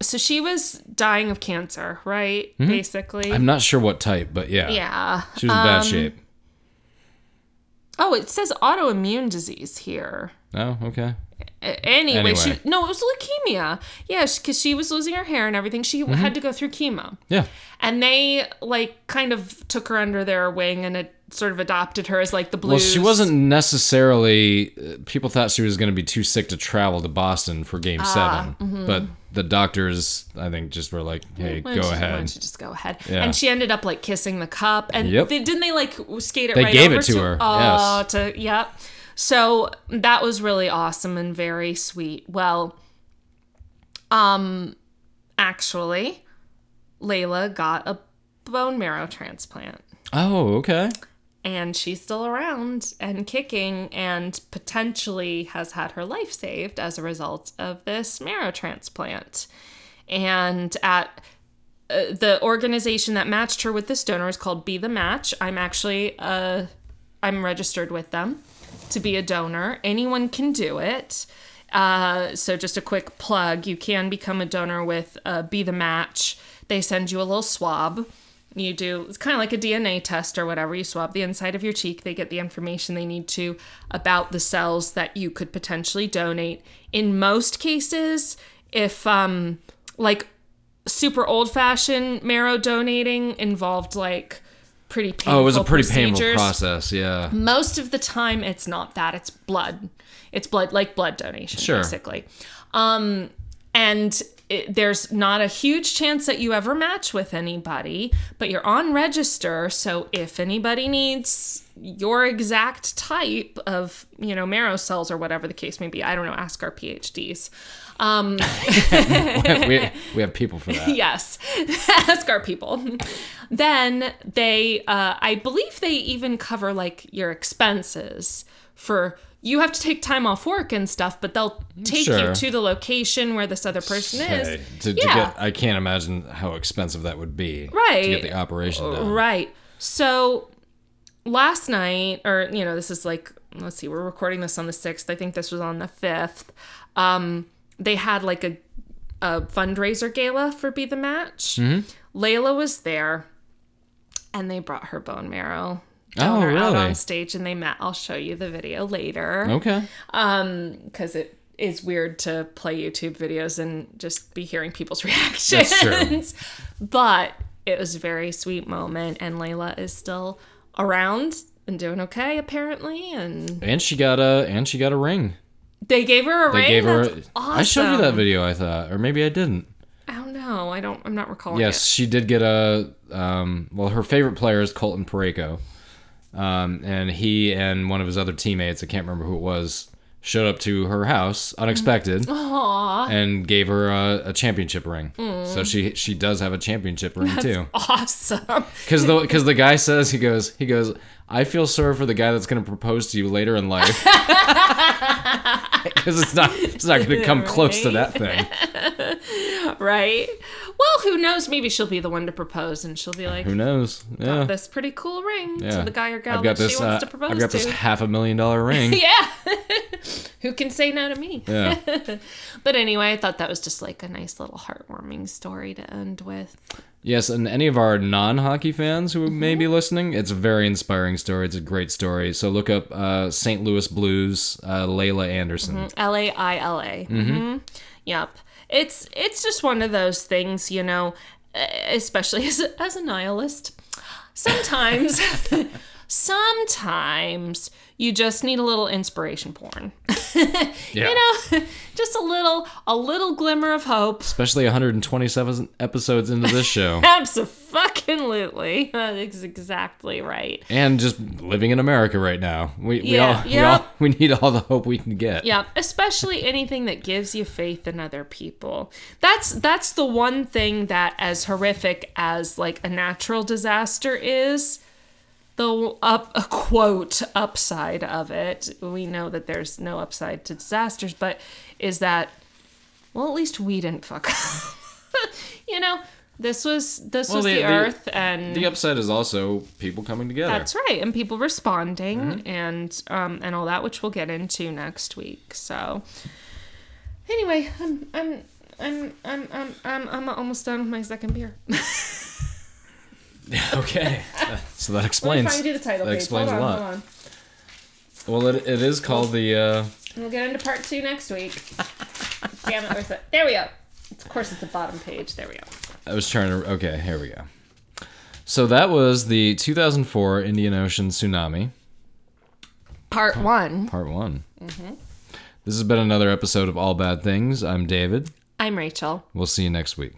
[SPEAKER 1] so she was dying of cancer, right? Basically.
[SPEAKER 2] Hmm? I'm not sure what type, but yeah,
[SPEAKER 1] yeah. Um,
[SPEAKER 2] she was in bad shape.
[SPEAKER 1] Oh, it says autoimmune disease here.
[SPEAKER 2] Oh, okay.
[SPEAKER 1] A- Anyway, she
[SPEAKER 2] Anyway.
[SPEAKER 1] no, it was leukemia. Yeah, because she was losing her hair and everything. She
[SPEAKER 2] Mm-hmm.
[SPEAKER 1] had to go through chemo,
[SPEAKER 2] Yeah.
[SPEAKER 1] and they like kind of took her under their wing and it sort of adopted her as like the
[SPEAKER 2] Well,
[SPEAKER 1] blues.
[SPEAKER 2] she wasn't necessarily. uh, People thought she was going to be too sick to travel to Boston for
[SPEAKER 1] Ah,
[SPEAKER 2] Game Seven, but the doctors, I think, just were like, "Hey,
[SPEAKER 1] mm-hmm. Why
[SPEAKER 2] go
[SPEAKER 1] don't you- Why
[SPEAKER 2] ahead."
[SPEAKER 1] don't you just go ahead?
[SPEAKER 2] Yeah.
[SPEAKER 1] And she ended up like kissing the cup, and
[SPEAKER 2] Yep.
[SPEAKER 1] they, didn't they like skate it?
[SPEAKER 2] They
[SPEAKER 1] right
[SPEAKER 2] gave it
[SPEAKER 1] over
[SPEAKER 2] to her,
[SPEAKER 1] Oh,
[SPEAKER 2] yes.
[SPEAKER 1] to yep. So that was really awesome and very sweet. Well, um, actually, Layla got a bone marrow transplant
[SPEAKER 2] Oh, okay.
[SPEAKER 1] and she's still around and kicking and potentially has had her life saved as a result of this marrow transplant. And at uh, the organization that matched her with this donor is called Be the Match. I'm actually uh I'm registered with them to be a donor. Anyone can do it. Uh, so just a quick plug: you can become a donor with uh, Be the Match. They send you a little swab. You do it's kind of like a DNA test or whatever. You swab the inside of your cheek. They get the information they need to about the cells that you could potentially donate. In most cases, if um like super old fashioned marrow donating involved like pretty painful
[SPEAKER 2] Oh, it was a pretty painful
[SPEAKER 1] procedures.
[SPEAKER 2] process. Yeah.
[SPEAKER 1] Most of the time, it's not that. It's blood. It's blood, like blood donation,
[SPEAKER 2] Sure.
[SPEAKER 1] basically. Um, and it, there's not a huge chance that you ever match with anybody, but you're on register. So if anybody needs your exact type of, you know, marrow cells or whatever the case may be, I don't know, ask our PhDs. Um,
[SPEAKER 2] we, we have people for that.
[SPEAKER 1] yes ask our people then they uh, i believe they even cover like your expenses for you have to take time off work and stuff but they'll take
[SPEAKER 2] Sure.
[SPEAKER 1] you to the location where this other person
[SPEAKER 2] Hey,
[SPEAKER 1] is
[SPEAKER 2] to, to
[SPEAKER 1] yeah
[SPEAKER 2] get, I can't imagine how expensive that would be. To
[SPEAKER 1] Right. Oh,
[SPEAKER 2] get the operation done.
[SPEAKER 1] Right. So last night, or you know, this is like let's see, we're recording this on the sixth. I think this was on the fifth. Um, they had like a a fundraiser gala for Be the Match. Layla was there, and they brought her bone marrow. Donor out
[SPEAKER 2] Oh, really?
[SPEAKER 1] on stage, and they met. I'll show you the video later
[SPEAKER 2] Okay.
[SPEAKER 1] because it is weird to play YouTube videos and just be hearing people's reactions. but it was a very sweet moment, and Layla is still around and doing okay apparently. And
[SPEAKER 2] And she got a and she got a ring.
[SPEAKER 1] they gave her a
[SPEAKER 2] They
[SPEAKER 1] ring.
[SPEAKER 2] gave her.
[SPEAKER 1] That's awesome.
[SPEAKER 2] I showed you that video. I thought, or maybe I didn't.
[SPEAKER 1] I don't know. I don't. I'm not recalling.
[SPEAKER 2] Yes, she did get a. Um, well, her favorite player is Colton Pareko, um, and he and one of his other teammates, I can't remember who it was, showed up to her house unexpected
[SPEAKER 1] It. Aw, Mm.
[SPEAKER 2] and gave her a, a championship ring. So she she does have a championship ring too.
[SPEAKER 1] awesome.
[SPEAKER 2] Because the because the guy says he goes he goes I feel sorry for the guy that's gonna propose to you later in life. Because it's not it's not gonna come close to that thing.
[SPEAKER 1] right? Well, who knows? Maybe she'll be the one to propose, and she'll be like.
[SPEAKER 2] Who knows? Yeah.
[SPEAKER 1] This pretty cool ring
[SPEAKER 2] yeah.
[SPEAKER 1] to the guy or gal
[SPEAKER 2] I've got
[SPEAKER 1] that
[SPEAKER 2] this.
[SPEAKER 1] she wants to
[SPEAKER 2] uh,
[SPEAKER 1] propose
[SPEAKER 2] I've got
[SPEAKER 1] to.
[SPEAKER 2] this half a million dollar ring.
[SPEAKER 1] yeah. who can say no to me?
[SPEAKER 2] Yeah.
[SPEAKER 1] But anyway, I thought that was just like a nice little heartwarming story to end with.
[SPEAKER 2] Yes, and any of our non-hockey fans who
[SPEAKER 1] Mm-hmm.
[SPEAKER 2] may be listening, it's a very inspiring story. It's a great story. So look up uh, St. Louis Blues, uh, Layla Anderson.
[SPEAKER 1] L A I L A.
[SPEAKER 2] Mm-hmm.
[SPEAKER 1] Mhm. Yep. It's it's just one of those things, you know, e, especially as a, as a nihilist. Sometimes sometimes you just need a little inspiration porn.
[SPEAKER 2] Yeah.
[SPEAKER 1] You know, just a little a little glimmer of hope.
[SPEAKER 2] Especially 127 episodes into this show,
[SPEAKER 1] Absolutely. That is exactly right.
[SPEAKER 2] and just living in America right now, we we,
[SPEAKER 1] Yeah,
[SPEAKER 2] all,
[SPEAKER 1] yeah.
[SPEAKER 2] we all we need all the hope we can get.
[SPEAKER 1] Yeah, especially anything that gives you faith in other people. That's that's the one thing that as horrific as like a natural disaster is, the up a quote upside of it. We know that there's no upside to disasters, but is that well, at least we didn't fuck up. you know, this was this was
[SPEAKER 2] the-
[SPEAKER 1] the,
[SPEAKER 2] the-
[SPEAKER 1] earth and
[SPEAKER 2] The upside is also people coming together.
[SPEAKER 1] that's right, and people responding
[SPEAKER 2] Mm-hmm.
[SPEAKER 1] and um, and all that, which we'll get into next week. So, anyway, I'm I'm I'm I'm I'm I'm, I'm almost done with my second beer.
[SPEAKER 2] okay, so that
[SPEAKER 1] Let me
[SPEAKER 2] explains
[SPEAKER 1] find you the title
[SPEAKER 2] that
[SPEAKER 1] page.
[SPEAKER 2] explains
[SPEAKER 1] hold
[SPEAKER 2] a
[SPEAKER 1] on,
[SPEAKER 2] lot.
[SPEAKER 1] Hold on.
[SPEAKER 2] Well, it, it is called the uh,
[SPEAKER 1] We'll get into part two next week. Damn it, where's that? There we go. Of course, it's the bottom page. There we go.
[SPEAKER 2] I was trying to. Okay, here we go. So that was the 2004 Indian Ocean tsunami,
[SPEAKER 1] Part
[SPEAKER 2] Oh.
[SPEAKER 1] one.
[SPEAKER 2] part one. This has been another episode of All Bad Things. I'm David.
[SPEAKER 1] I'm Rachel.
[SPEAKER 2] We'll see you next week.